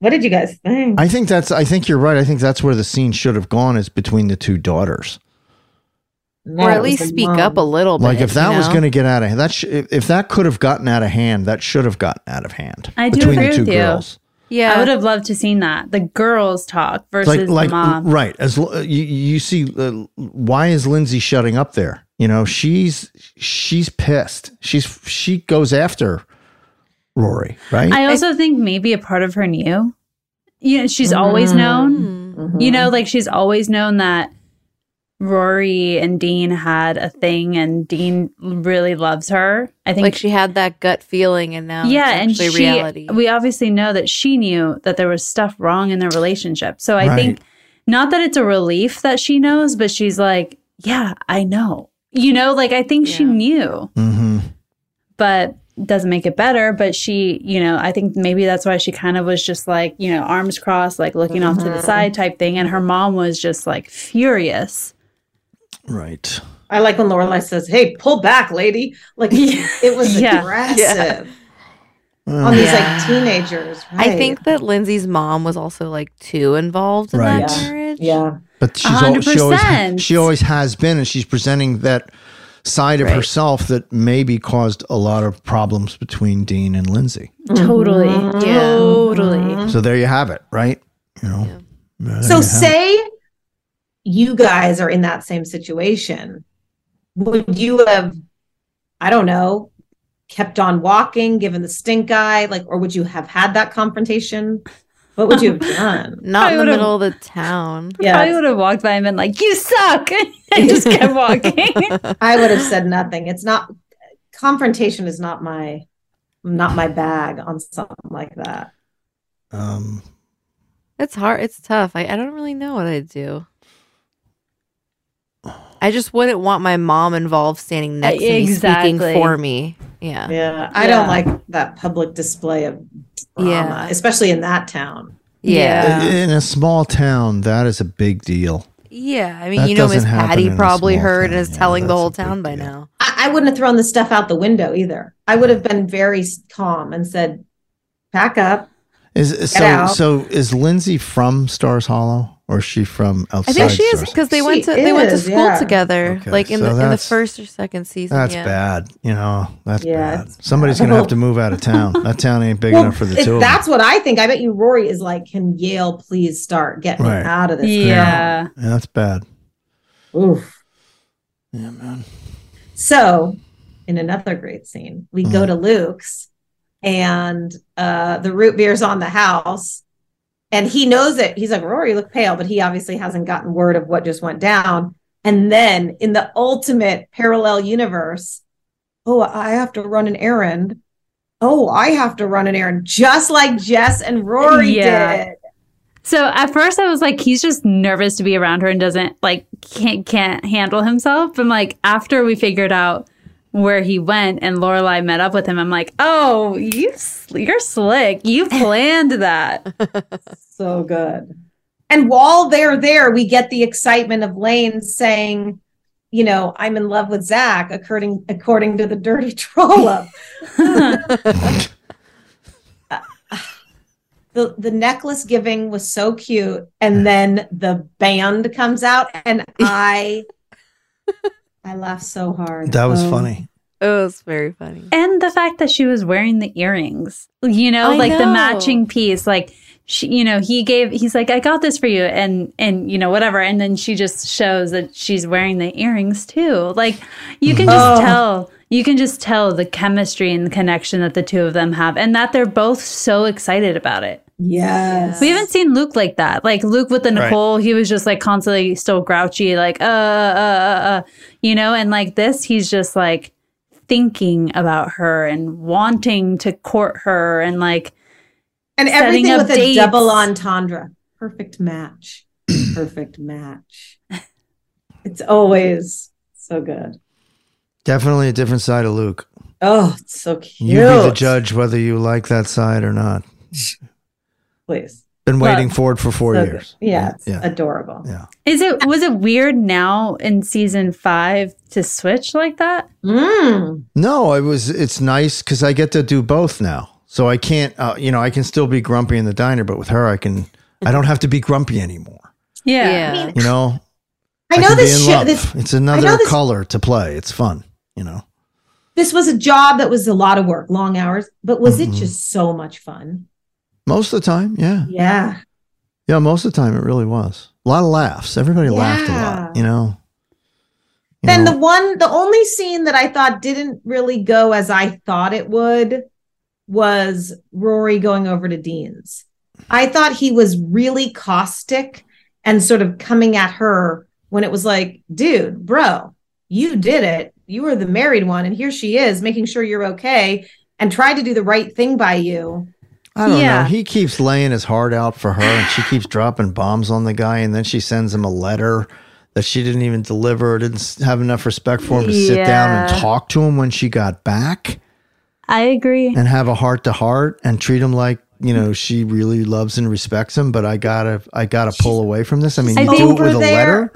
Speaker 4: what did you guys think?
Speaker 1: I think that's. I think you're right. I think that's where the scene should have gone is between the two daughters.
Speaker 6: or at least speak up a little bit.
Speaker 1: Like if that
Speaker 6: you
Speaker 1: was
Speaker 6: know?
Speaker 1: going to get out of that, sh- if if that could have gotten out of hand, that should have gotten out of hand
Speaker 5: I do
Speaker 1: between
Speaker 5: agree
Speaker 1: the two
Speaker 5: with you.
Speaker 1: girls.
Speaker 6: Yeah.
Speaker 5: I would have loved to seen that. The girls talk versus
Speaker 1: like
Speaker 5: the mom.
Speaker 1: right as lo- you you see uh, why is Lindsay shutting up there? You know she's she's pissed. She's she goes after Rory, right?
Speaker 5: I also think maybe a part of her knew. You know, she's
Speaker 6: Mm-hmm.
Speaker 5: always known. You know, like she's always known that Rory and Dean had a thing and Dean really loves her. I think
Speaker 6: like she had that gut feeling, and now
Speaker 5: yeah, and
Speaker 6: it's
Speaker 5: she
Speaker 6: actually reality.
Speaker 5: we obviously know that she knew that there was stuff wrong in their relationship. So I
Speaker 1: Right.
Speaker 5: think not that it's a relief that she knows, but she's like, yeah, I know. You know, like I think she knew
Speaker 1: mm-hmm.
Speaker 5: but doesn't make it better. But she, you know, I think maybe that's why she kind of was just like, you know, arms crossed, like looking off
Speaker 6: Mm-hmm.
Speaker 5: to the side type thing. And her mom was just like furious.
Speaker 1: Right.
Speaker 4: I like when Lorelai says, "Hey, pull back, lady!" Like it was
Speaker 5: Yeah.
Speaker 4: aggressive on these like teenagers.
Speaker 6: I
Speaker 4: right?
Speaker 6: think that Lindsay's mom was also like too involved in
Speaker 1: Right.
Speaker 6: that
Speaker 1: Yeah.
Speaker 6: marriage.
Speaker 4: Yeah,
Speaker 1: But she's al- she always
Speaker 5: 100%.
Speaker 1: she always has been, and she's presenting that side of herself that maybe caused a lot of problems between Dean and Lindsay.
Speaker 6: Mm-hmm.
Speaker 5: Totally. Totally.
Speaker 1: So there you have it, right? You know. There you
Speaker 4: so.
Speaker 1: have it.
Speaker 4: Say you guys are in that same situation. Would you have, I don't know, kept on walking, given the stink eye, like, or would you have had that confrontation? What would you have done?
Speaker 6: Not
Speaker 5: I
Speaker 6: in the
Speaker 5: would've-
Speaker 6: middle of the town.
Speaker 5: Probably
Speaker 4: Yeah,
Speaker 5: would have walked by and been like, you suck. and just kept walking.
Speaker 4: I would have said nothing. It's not confrontation is not my not my bag on something like that.
Speaker 1: Um,
Speaker 6: It's hard. It's tough. I, I don't really know what I'd do. I just wouldn't want my mom involved standing next to me
Speaker 5: Exactly.
Speaker 6: speaking for me. Yeah.
Speaker 4: Yeah, I
Speaker 5: Yeah.
Speaker 4: don't like that public display of drama,
Speaker 6: Yeah.
Speaker 4: especially in that town.
Speaker 6: Yeah.
Speaker 1: in a small town, that is a big deal.
Speaker 6: Yeah. I mean,
Speaker 1: That
Speaker 6: you know, Miss
Speaker 1: doesn't happen
Speaker 6: Patty
Speaker 1: in a
Speaker 6: probably
Speaker 1: small
Speaker 6: heard
Speaker 1: town.
Speaker 6: and is
Speaker 1: Yeah,
Speaker 6: telling the
Speaker 1: that's
Speaker 6: whole
Speaker 1: a big
Speaker 6: town by
Speaker 1: deal.
Speaker 6: now.
Speaker 4: I, I wouldn't have thrown the stuff out the window either. I would have been very s- calm and said, "Pack up."
Speaker 1: Is so
Speaker 4: out.
Speaker 1: so is Lindsay from Stars Hollow or is she from outside?
Speaker 6: I think she is
Speaker 1: Stars-
Speaker 6: because they went
Speaker 4: She
Speaker 6: to they went to
Speaker 4: is,
Speaker 6: school
Speaker 4: yeah.
Speaker 6: together,
Speaker 1: Okay,
Speaker 6: like in
Speaker 1: so
Speaker 6: the in the
Speaker 1: that's-
Speaker 6: first or second season.
Speaker 1: That's
Speaker 6: yeah.
Speaker 1: bad. You know, that's
Speaker 4: Yeah,
Speaker 1: bad. Somebody's gonna have to move out of town. That town ain't big enough for the
Speaker 4: if
Speaker 1: two of them.
Speaker 4: that's what I think. I bet you Rory is like, "Can Yale please start getting me
Speaker 1: Right.
Speaker 4: out of this?"
Speaker 5: yeah.
Speaker 1: Yeah, that's bad.
Speaker 4: town?" Oof.
Speaker 1: Yeah, man.
Speaker 4: So, in another great scene, we go to Luke's, and uh, the root beer's on the house, and he knows it. He's like, "Rory, you look pale," but he obviously hasn't gotten word of what just went down. And then, in the ultimate parallel universe, oh, I have to run an errand. Oh, I have to run an errand, just like Jess and Rory
Speaker 5: Yeah.
Speaker 4: did.
Speaker 5: So at first I was like, he's just nervous to be around her and doesn't like can't can't handle himself. And like after we figured out where he went and Lorelai met up with him, I'm like, oh, you sl- you're slick. You planned that.
Speaker 4: so good. And while they're there, we get the excitement of Lane saying, you know, I'm in love with Zach, according according to the dirty troll up. the the necklace giving was so cute. And then the band comes out and I I laughed so hard.
Speaker 1: That was
Speaker 4: Um,
Speaker 1: funny.
Speaker 6: It was very funny.
Speaker 5: And the fact that she was wearing the earrings, you know,
Speaker 6: I
Speaker 5: like the
Speaker 6: know.
Speaker 5: matching piece, like she, you know, he gave, he's like, I got this for you, and and you know, whatever, and then she just shows that she's wearing the earrings too. Like you can just
Speaker 9: Oh.
Speaker 5: tell, you can just tell the chemistry and the connection that the two of them have, and that they're both so excited about it.
Speaker 4: Yes.
Speaker 5: We haven't seen Luke like that. Like Luke with the
Speaker 4: Right.
Speaker 5: Nicole, he was just like constantly still grouchy, like uh, uh, uh, uh, you know. And like this, he's just like thinking about her and wanting to court her, and like
Speaker 4: And
Speaker 5: setting
Speaker 4: everything
Speaker 5: up
Speaker 4: with a
Speaker 5: dates.
Speaker 4: double entendre. Perfect match. Perfect match. It's always so good.
Speaker 1: Definitely a different side of Luke.
Speaker 4: Oh, it's so cute.
Speaker 1: You be the judge whether you like that side or not.
Speaker 4: Please.
Speaker 1: Been
Speaker 5: Well,
Speaker 1: waiting for it for four
Speaker 5: so good.
Speaker 1: years.
Speaker 4: Yeah,
Speaker 5: it's
Speaker 4: adorable.
Speaker 1: Yeah.
Speaker 5: Is it was it weird now in season five to switch like that?
Speaker 4: Mm.
Speaker 1: No, it was. It's nice because I get to do both now. So I can't. Uh, you know, I can still be grumpy in the diner, but with her, I can. I don't have to be grumpy anymore.
Speaker 5: Yeah.
Speaker 4: I, mean,
Speaker 1: You know.
Speaker 4: I know
Speaker 1: can be
Speaker 4: this
Speaker 1: in
Speaker 4: shit-
Speaker 1: love.
Speaker 4: this-
Speaker 1: it's
Speaker 4: I know
Speaker 1: another
Speaker 4: this-
Speaker 1: color to play. It's fun. You know.
Speaker 4: this was a job that was a lot of work, long hours, but was
Speaker 1: Mm-hmm.
Speaker 4: it just so much fun?
Speaker 1: Most of the time, yeah.
Speaker 4: Yeah.
Speaker 1: Yeah, most of the time it really was. A lot of laughs. Everybody laughed a
Speaker 4: Yeah.
Speaker 1: lot, you know.
Speaker 4: Then the one, the only scene that I thought didn't really go as I thought it would was Rory going over to Dean's. I thought he was really caustic and sort of coming at her when it was like, dude, bro, you did it. You were the married one, and here she is making sure you're okay and tried to do the right thing by you.
Speaker 1: I don't know. He keeps laying his heart out for her and she keeps dropping bombs on the guy and then she sends him a letter that she didn't even deliver, didn't s- have enough respect for him to sit down and
Speaker 5: Yeah.
Speaker 1: talk to him when she got back
Speaker 5: I agree.
Speaker 1: and have a heart to heart and treat him like, you know, she really loves and respects him, but I gotta I gotta pull away from this. I mean,
Speaker 4: I
Speaker 1: you
Speaker 4: think-
Speaker 1: do it with a
Speaker 4: Over there.
Speaker 1: letter.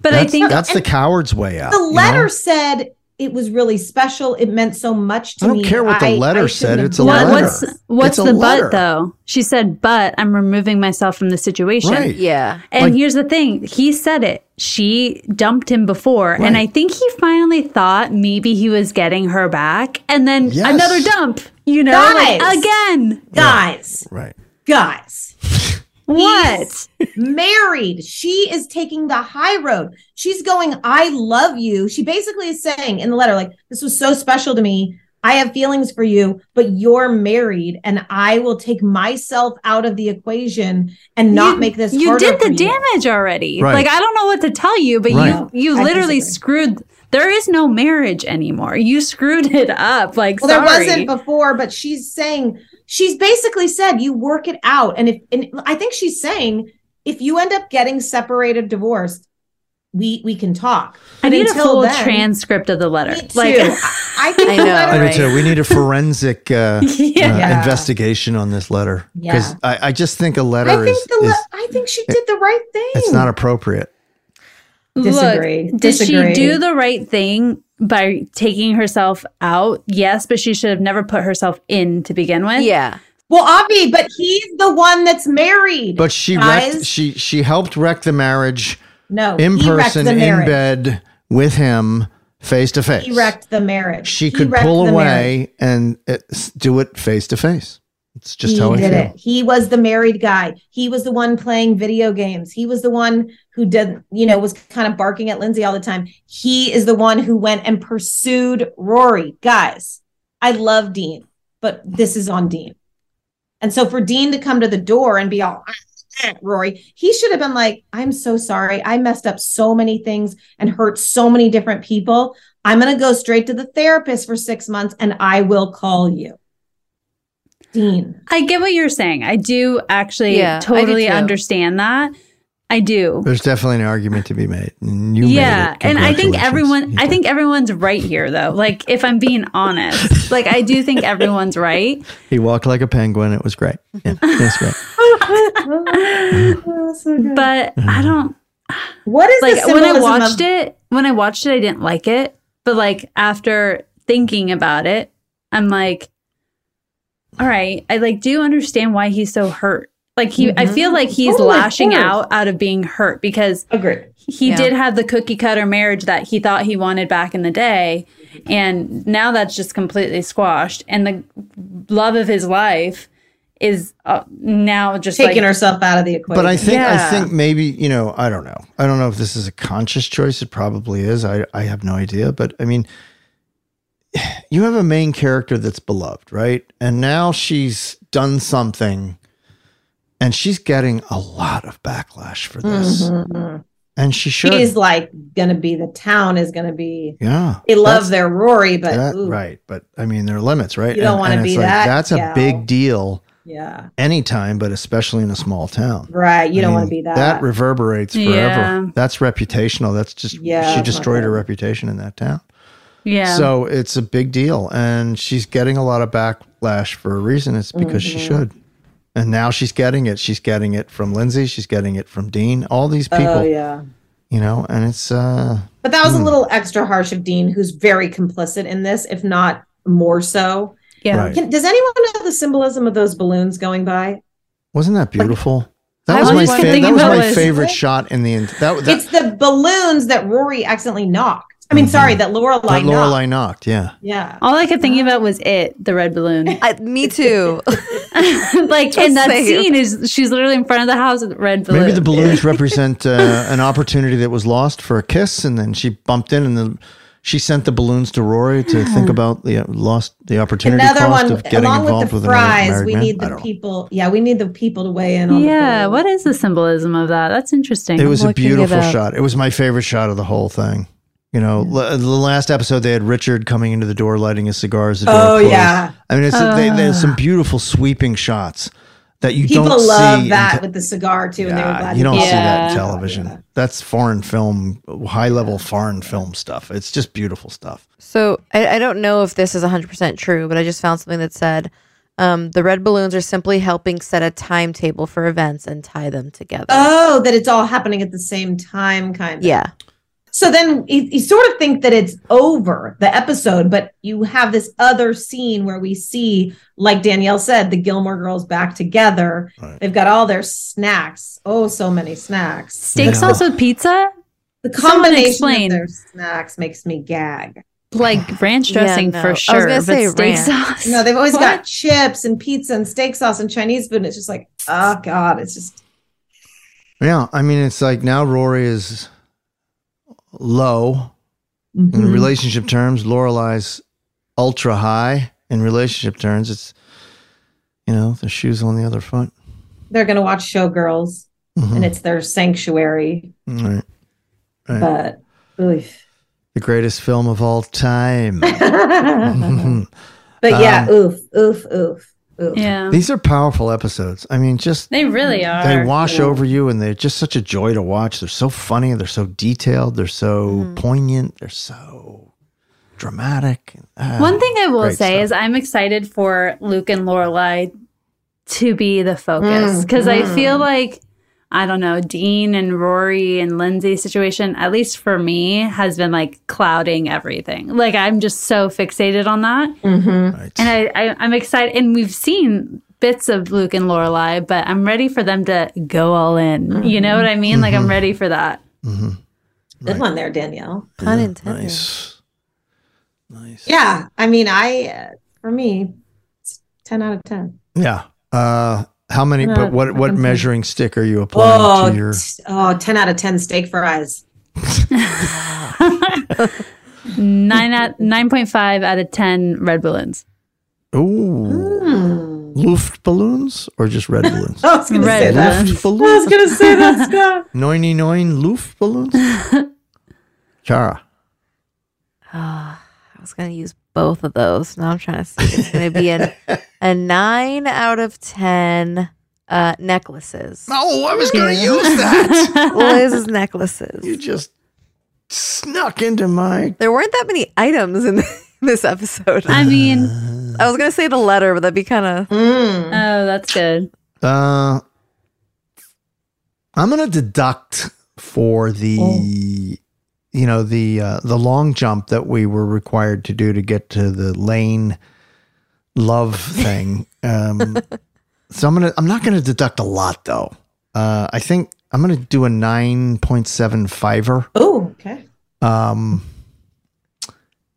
Speaker 5: But
Speaker 1: that's,
Speaker 5: I think
Speaker 1: that's the coward's way out.
Speaker 4: The
Speaker 1: you know?
Speaker 4: letter said it was really special. It meant so much to
Speaker 1: I
Speaker 4: me.
Speaker 1: don't care what the letter said. It's a
Speaker 5: What-
Speaker 1: letter.
Speaker 5: What's what's
Speaker 1: It's a
Speaker 5: the
Speaker 1: letter.
Speaker 5: but though? She said, "But I'm removing myself from the situation."
Speaker 1: Right.
Speaker 6: Yeah.
Speaker 5: And
Speaker 1: Like-
Speaker 5: here's the thing: he said it. She dumped him before, and I
Speaker 1: Right.
Speaker 5: think he finally thought maybe he was getting her back, and then another dump. You know, like,
Speaker 4: Guys!
Speaker 5: again,
Speaker 4: guys,
Speaker 1: Right.
Speaker 4: guys.
Speaker 5: What?
Speaker 4: married. She is taking the high road. She's going, I love you. She basically is saying in the letter, like, this was so special to me. I have feelings for you, but you're married, and I will take myself out of the equation and not
Speaker 5: You-
Speaker 4: make this.
Speaker 5: You
Speaker 4: harder
Speaker 5: did the
Speaker 4: for you."
Speaker 5: damage already.
Speaker 4: Right.
Speaker 5: Like I don't know what to tell you, but
Speaker 1: Right.
Speaker 5: you you
Speaker 4: I
Speaker 5: literally screwed. There is no marriage anymore. You screwed it up. Like
Speaker 4: Well,
Speaker 5: sorry.
Speaker 4: there wasn't before, but she's saying she's basically said you work it out, and if and I think she's saying if you end up getting separated, divorced, we we can talk.
Speaker 5: I
Speaker 4: But
Speaker 5: need a
Speaker 4: until
Speaker 5: full
Speaker 4: then-
Speaker 5: transcript of the letter.
Speaker 4: Me too. I think the letter-
Speaker 1: I do too. We need a forensic uh,
Speaker 5: Yeah.
Speaker 1: uh, investigation on this letter because
Speaker 4: Yeah.
Speaker 1: I, I just think a
Speaker 4: I
Speaker 1: letter
Speaker 4: think
Speaker 1: is,
Speaker 4: the le-
Speaker 1: is
Speaker 4: I think she did the right thing.
Speaker 1: it's not appropriate.
Speaker 4: Disagree.
Speaker 5: Look, did she
Speaker 4: Disagree.
Speaker 5: do the right thing by taking herself out? Yes, but she should have never put herself in to begin with.
Speaker 6: Yeah.
Speaker 4: Well, Avi, but he's the one that's married.
Speaker 1: But she wrecked,
Speaker 4: guys.
Speaker 1: she she helped wreck the marriage
Speaker 4: no
Speaker 1: in
Speaker 4: he wrecked
Speaker 1: person,
Speaker 4: the
Speaker 1: in
Speaker 4: marriage.
Speaker 1: bed with him, face to face.
Speaker 4: He wrecked the marriage.
Speaker 1: She
Speaker 4: He
Speaker 1: could
Speaker 4: wrecked
Speaker 1: pull
Speaker 4: the marriage.
Speaker 1: away and it, s- do it face to face. It's just
Speaker 4: he
Speaker 1: how I
Speaker 4: did
Speaker 1: feel.
Speaker 4: it. He was the married guy. He was the one playing video games. He was the one who did, you know, was kind of barking at Lindsay all the time. He is the one who went and pursued Rory. Guys, I love Dean, but this is on Dean. And so for Dean to come to the door and be all "Ah, ah, Rory, he should have been like, I'm so sorry. I messed up so many things and hurt so many different people. I'm going to go straight to the therapist for six months and I will call you. 15.
Speaker 5: I get what you're saying. I do actually
Speaker 6: Yeah, I do
Speaker 5: totally
Speaker 6: too.
Speaker 5: understand that. I do.
Speaker 1: There's definitely an argument to be made. And You
Speaker 5: yeah,
Speaker 1: made it.
Speaker 5: and I think
Speaker 1: Congratulations.
Speaker 5: everyone I think everyone's right here though. Like if I'm being honest, like I do think everyone's right.
Speaker 1: he walked like a penguin. It was great. Yeah, it was great.
Speaker 5: but
Speaker 1: Mm-hmm.
Speaker 5: I don't
Speaker 4: What is the
Speaker 5: like when I
Speaker 4: symbolism
Speaker 5: watched
Speaker 4: of-
Speaker 5: it, when I watched it I didn't like it, but like after thinking about it, I'm like all right, I like do understand why he's so hurt. Like he I feel like he's
Speaker 4: Mm-hmm.
Speaker 6: Oh, of
Speaker 5: lashing
Speaker 6: course.
Speaker 5: out out of being hurt because he
Speaker 6: Yeah.
Speaker 5: did have the cookie cutter marriage that he thought he wanted back in the day and now that's just completely squashed and the love of his life is uh, now just
Speaker 4: Taking
Speaker 5: like,
Speaker 4: herself out of the equation.
Speaker 1: But I think I
Speaker 5: Yeah.
Speaker 1: think maybe you know I don't know I don't know if this is a conscious choice. It probably is. I I have no idea. But I mean, you have a main character that's beloved, right? And now she's done something, and she's getting a lot of backlash for this,
Speaker 4: Mhm.
Speaker 1: and she should.
Speaker 4: She's like gonna be the town is gonna be
Speaker 1: yeah,
Speaker 4: they love
Speaker 1: That's-
Speaker 4: their Rory, but
Speaker 1: that-
Speaker 4: ooh,
Speaker 1: right. But I mean, there are limits, right?
Speaker 4: You don't wanna
Speaker 1: it's
Speaker 4: be
Speaker 1: like,
Speaker 4: that
Speaker 1: That's
Speaker 4: gal.
Speaker 1: a big deal
Speaker 4: yeah.
Speaker 1: anytime, but especially in a small town.
Speaker 4: Right.
Speaker 1: I
Speaker 4: You don't
Speaker 1: mean,
Speaker 4: want to be that.
Speaker 1: That reverberates forever.
Speaker 4: Yeah.
Speaker 1: That's reputational. That's just
Speaker 4: Yeah,
Speaker 1: she
Speaker 4: it's not
Speaker 1: destroyed
Speaker 4: good.
Speaker 1: her reputation in that town.
Speaker 5: yeah
Speaker 1: So it's a big deal, and she's getting a lot of backlash for a reason. It's because she
Speaker 4: Mhm.
Speaker 1: should, and now she's getting it. She's getting it from Lindsay. She's getting it from Dean. All these people,
Speaker 4: Oh yeah.
Speaker 1: you know, and it's uh,
Speaker 4: But that was a
Speaker 1: Mm.
Speaker 4: little extra harsh of Dean, who's very complicit in this, if not more so.
Speaker 1: Yeah. Right.
Speaker 4: Can, does anyone know the symbolism of those balloons going by?
Speaker 1: wasn't that beautiful?
Speaker 4: I
Speaker 1: That was,
Speaker 4: was
Speaker 1: my
Speaker 4: just
Speaker 1: fa-
Speaker 4: thinking
Speaker 1: that was
Speaker 4: that
Speaker 1: my
Speaker 4: was-
Speaker 1: favorite shot in the en- that Oh, that,
Speaker 4: it's the balloons that Rory accidentally knocked. I mean, sorry, that Lorelai
Speaker 1: Mm-hmm. that
Speaker 4: knocked.
Speaker 1: Lorelei knocked. Yeah,
Speaker 4: Yeah.
Speaker 5: all I kept thinking about was it, the red balloon.
Speaker 6: me too.
Speaker 5: like
Speaker 6: Just
Speaker 5: in that
Speaker 6: saying.
Speaker 5: scene is she's literally in front of the house with the red balloon.
Speaker 1: Maybe the balloons represent uh, an opportunity that was lost for a kiss, and then she bumped in, and then she sent the balloons to Rory to think about the uh, lost the opportunity
Speaker 4: Another
Speaker 1: cost
Speaker 4: one,
Speaker 1: of getting
Speaker 4: along
Speaker 1: involved
Speaker 4: with the
Speaker 1: with, another
Speaker 4: fries,
Speaker 1: married
Speaker 4: we
Speaker 1: man.
Speaker 4: need
Speaker 1: I
Speaker 4: the
Speaker 1: don't know.
Speaker 4: people. Yeah, we need the people to weigh in on
Speaker 5: yeah,
Speaker 4: the balloons.
Speaker 5: what is the symbolism of that? That's interesting.
Speaker 1: It was a beautiful shot. It was my favorite shot of the whole thing. You know, l- the last episode they had Richard coming into the door, lighting his cigar as the door
Speaker 4: Oh,
Speaker 1: closed.
Speaker 4: yeah.
Speaker 1: I mean, it's they, there's
Speaker 4: Ah.
Speaker 1: some beautiful sweeping shots that you
Speaker 4: People
Speaker 1: don't
Speaker 4: love
Speaker 1: see
Speaker 4: that
Speaker 1: until-
Speaker 4: with the cigar too, and they were glad
Speaker 1: you
Speaker 4: to
Speaker 1: don't
Speaker 4: be
Speaker 1: see that in
Speaker 4: there.
Speaker 1: television. That's foreign film, high level foreign film stuff. It's just beautiful stuff.
Speaker 6: So I, I don't know if this is 100% true, but I just found something that said um, the red balloons are simply helping set a timetable for events and tie them together.
Speaker 4: Oh, that it's all happening at the same time, kind of.
Speaker 6: yeah.
Speaker 4: So then you, you sort of think that it's over the episode, but you have this other scene where we see, like Danielle said, the Gilmore girls back together. They've got all their snacks. Oh, so many snacks.
Speaker 5: Steak sauce with pizza?
Speaker 4: The
Speaker 5: Someone
Speaker 4: combination
Speaker 5: explain.
Speaker 4: of their snacks makes me gag.
Speaker 5: Like ranch dressing for sure, but steak sauce.
Speaker 4: No, they've always got chips and pizza and steak sauce and Chinese food. And it's just like, oh God, it's just
Speaker 1: Yeah, I mean, it's like now Rory is low
Speaker 4: Mm-hmm.
Speaker 1: in relationship terms. Lorelai's ultra high in relationship terms. It's you know the shoes on the other foot.
Speaker 4: they're gonna watch Showgirls and it's their sanctuary.
Speaker 1: All right. All right.
Speaker 4: But oof.
Speaker 1: the greatest film of all time.
Speaker 4: But yeah,
Speaker 1: Um,
Speaker 4: oof, oof, oof, oof.
Speaker 5: Yeah.
Speaker 1: These are powerful episodes. I mean, just
Speaker 5: They really are.
Speaker 1: they wash over you and they're just such a joy to watch. They're so funny, they're so detailed, they're so
Speaker 5: Mm-hmm.
Speaker 1: poignant, they're so dramatic. Ah,
Speaker 5: One thing I will
Speaker 1: great
Speaker 5: say
Speaker 1: stuff.
Speaker 5: is I'm excited for Luke and Lorelai to be the focus
Speaker 6: Mm,
Speaker 5: because I
Speaker 6: mm.
Speaker 5: feel like I don't know Dean and Rory and Lindsay's situation at least for me has been like clouding everything. Like I'm just so fixated on that,
Speaker 4: Mm-hmm.
Speaker 5: and I, I I'm excited. And we've seen bits of Luke and Lorelai, but I'm ready for them to go all in. You know what I mean? Like I'm ready for that.
Speaker 4: Good one there, Danielle.
Speaker 6: Pun intended.
Speaker 1: Nice.
Speaker 4: Yeah, I mean, I uh, for me, it's ten out of ten.
Speaker 1: yeah. Uh, how many?
Speaker 4: Uh,
Speaker 1: But what what
Speaker 4: fucking-
Speaker 1: measuring stick are you applying
Speaker 4: Oh,
Speaker 1: to your?
Speaker 4: t- oh, 10 out of ten steak fries.
Speaker 5: Nine at nine point five out of ten red balloons. Hmm.
Speaker 1: Ooh, Luft balloons or just red balloons?
Speaker 4: I was gonna
Speaker 5: Red
Speaker 4: say that.
Speaker 5: balloons.
Speaker 4: I was gonna say that. Scott.
Speaker 1: 99 Luft balloons. Chara.
Speaker 6: Ah, I was going to use both of those. Now I'm trying to see. It's going to be an, a nine out of 10 uh, necklaces.
Speaker 1: Oh, I was going to use that.
Speaker 6: Liz's necklaces.
Speaker 1: You just snuck into my.
Speaker 6: There weren't that many items in this episode.
Speaker 5: I mean,
Speaker 6: I was going to say the letter, but that'd be kind of.
Speaker 1: Mm.
Speaker 5: Oh, that's good.
Speaker 1: Uh, I'm gonna deduct for the
Speaker 4: Oh.
Speaker 1: you know the uh, the long jump that we were required to do to get to the lane love thing. Um, so I'm gonna I'm not gonna deduct a lot though. Uh, I think I'm gonna do a nine point seven fiver.
Speaker 4: Oh, okay.
Speaker 1: Um,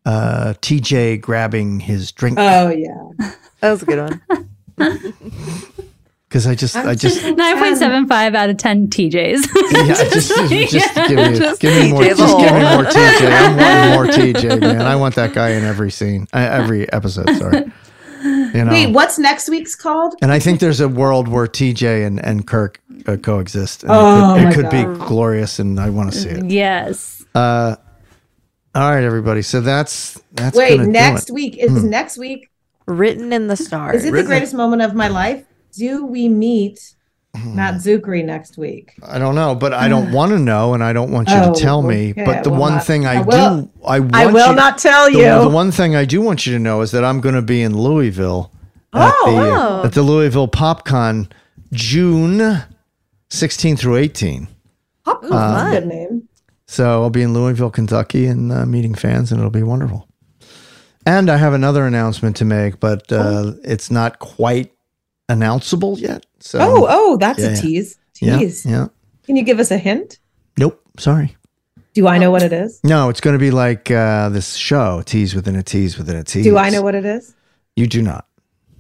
Speaker 1: uh, TJ grabbing his drink
Speaker 4: Oh yeah.
Speaker 6: That was a good one.
Speaker 1: because I just I just
Speaker 5: 9.75 out of 10 TJs.
Speaker 1: Yeah, just, just, just give me,
Speaker 5: Just
Speaker 1: give me more,
Speaker 5: TJ the
Speaker 1: just give me
Speaker 5: whole.
Speaker 1: more TJ. I'm wanting more TJ, man. I want that guy in every scene, uh, every episode. Sorry, you know.
Speaker 4: Wait, what's next week's called?
Speaker 1: and I think there's a world where TJ and and Kirk uh, coexist. And
Speaker 4: Oh,
Speaker 1: it
Speaker 4: my
Speaker 1: could, it could be
Speaker 4: God.
Speaker 1: glorious, and I want to see it.
Speaker 5: Yes.
Speaker 1: Uh, all right, everybody. So that's that's
Speaker 4: Wait,
Speaker 1: gonna do
Speaker 4: next
Speaker 1: it.
Speaker 4: week is
Speaker 1: Hmm.
Speaker 4: next week.
Speaker 6: Written in the stars.
Speaker 4: Is it the
Speaker 1: Written-
Speaker 4: greatest moment of my life? Do we meet
Speaker 1: Hmm.
Speaker 4: not Zukri next week?
Speaker 1: I don't know, but I don't want to know, and I don't want you
Speaker 4: Oh,
Speaker 1: to tell me.
Speaker 4: okay,
Speaker 1: But the
Speaker 4: I will
Speaker 1: one
Speaker 4: not-
Speaker 1: thing I,
Speaker 4: I will-
Speaker 1: do, I want
Speaker 4: I will
Speaker 1: you-
Speaker 4: not tell
Speaker 1: the-
Speaker 4: you.
Speaker 1: The one thing I do want you to know is that I'm going to be in Louisville at,
Speaker 4: Oh,
Speaker 1: the, uh,
Speaker 4: wow.
Speaker 1: at the Louisville PopCon, June 16 through 18.
Speaker 4: Hop- Ooh,
Speaker 1: Um,
Speaker 4: good name.
Speaker 1: So I'll be in Louisville, Kentucky, and uh, meeting fans, and it'll be wonderful. And I have another announcement to make, but
Speaker 4: Oh.
Speaker 1: uh, it's not quite announceable yet. So
Speaker 4: oh, oh, that's
Speaker 1: um, yeah,
Speaker 4: a
Speaker 1: yeah.
Speaker 4: tease.
Speaker 1: Yeah,
Speaker 4: Tease.
Speaker 1: yeah.
Speaker 4: Can you give us a hint?
Speaker 1: Nope. Sorry.
Speaker 4: Do I know what it is?
Speaker 1: No, it's going to be like uh, this show, tease within a tease within a tease.
Speaker 4: Do I know what it is?
Speaker 1: You do not.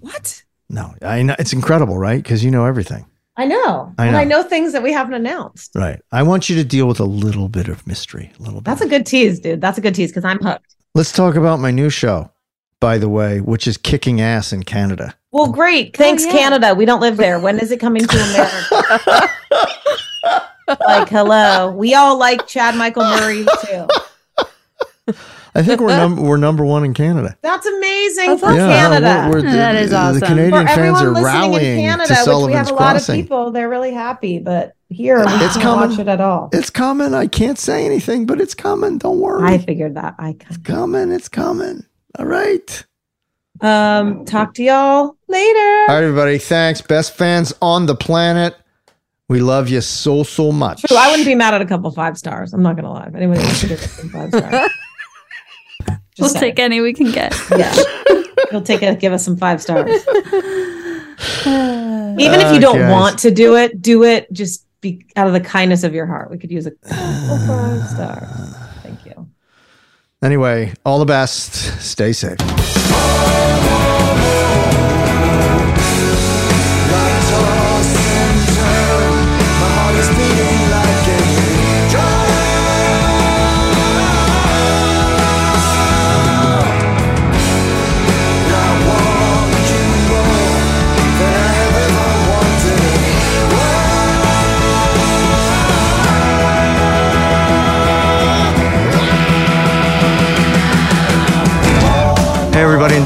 Speaker 4: What?
Speaker 1: No, I know. It's incredible, right? Because you know everything,
Speaker 4: I know.
Speaker 1: I
Speaker 4: And
Speaker 1: know.
Speaker 4: I know things that we haven't announced.
Speaker 1: right? I want you to deal with a little bit of mystery, a little bit.
Speaker 4: That's a good tease, dude. That's a good tease because I'm hooked.
Speaker 1: Let's talk about my new show, by the way, which is kicking ass in Canada.
Speaker 4: Well, great. Thanks, Canada. We don't live there. When is it coming to America? like, hello. We all like Chad Michael Murray too.
Speaker 1: I think we're num- we're number one in Canada.
Speaker 4: That's amazing for
Speaker 1: awesome. Yeah, we're-
Speaker 4: Canada.
Speaker 1: we're- the- That is the awesome. Canadian
Speaker 4: for
Speaker 1: fans
Speaker 4: everyone
Speaker 1: are
Speaker 4: listening
Speaker 1: rallying to
Speaker 4: in Canada, which we have
Speaker 1: Sullivan's
Speaker 4: a lot
Speaker 1: Crossing.
Speaker 4: of people. They're really happy, but here we
Speaker 1: It's
Speaker 4: can't
Speaker 1: coming.
Speaker 4: watch it at all.
Speaker 1: It's coming. I can't say anything, but it's coming. Don't worry.
Speaker 4: I figured that. I
Speaker 1: it's coming. It's coming. All right.
Speaker 4: um talk to y'all later.
Speaker 1: All right, everybody. Thanks. Best fans on the planet. We love you so so much.
Speaker 4: True, I wouldn't be mad at a couple five stars. I'm not gonna lie. If anybody wants to give us some five stars,
Speaker 5: we'll
Speaker 4: saying.
Speaker 5: take any we can get.
Speaker 4: yeah, you'll take it. Give us some five stars. Even if you don't
Speaker 1: Okay.
Speaker 4: want to do it, do it just be out of the kindness of your heart. We could use a couple five stars. Thank you.
Speaker 1: Anyway, all the best. Stay safe. Hey, everybody, and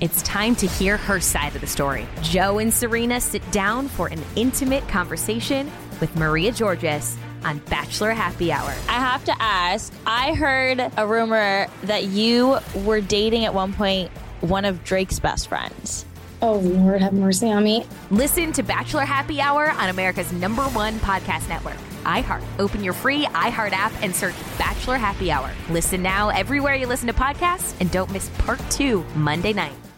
Speaker 8: It's time to hear her side of the story. Joe and Serena sit down for an intimate conversation with Maria Georges on Bachelor Happy Hour.
Speaker 9: I have to ask. I heard a rumor that you were dating at one point one of Drake's best friends.
Speaker 11: Oh, Lord, have mercy on me.
Speaker 8: Listen to Bachelor Happy Hour on America's number one podcast network, iHeart. Open your free iHeart app and search Bachelor Happy Hour. Listen now everywhere you listen to podcasts and don't miss part two Monday night.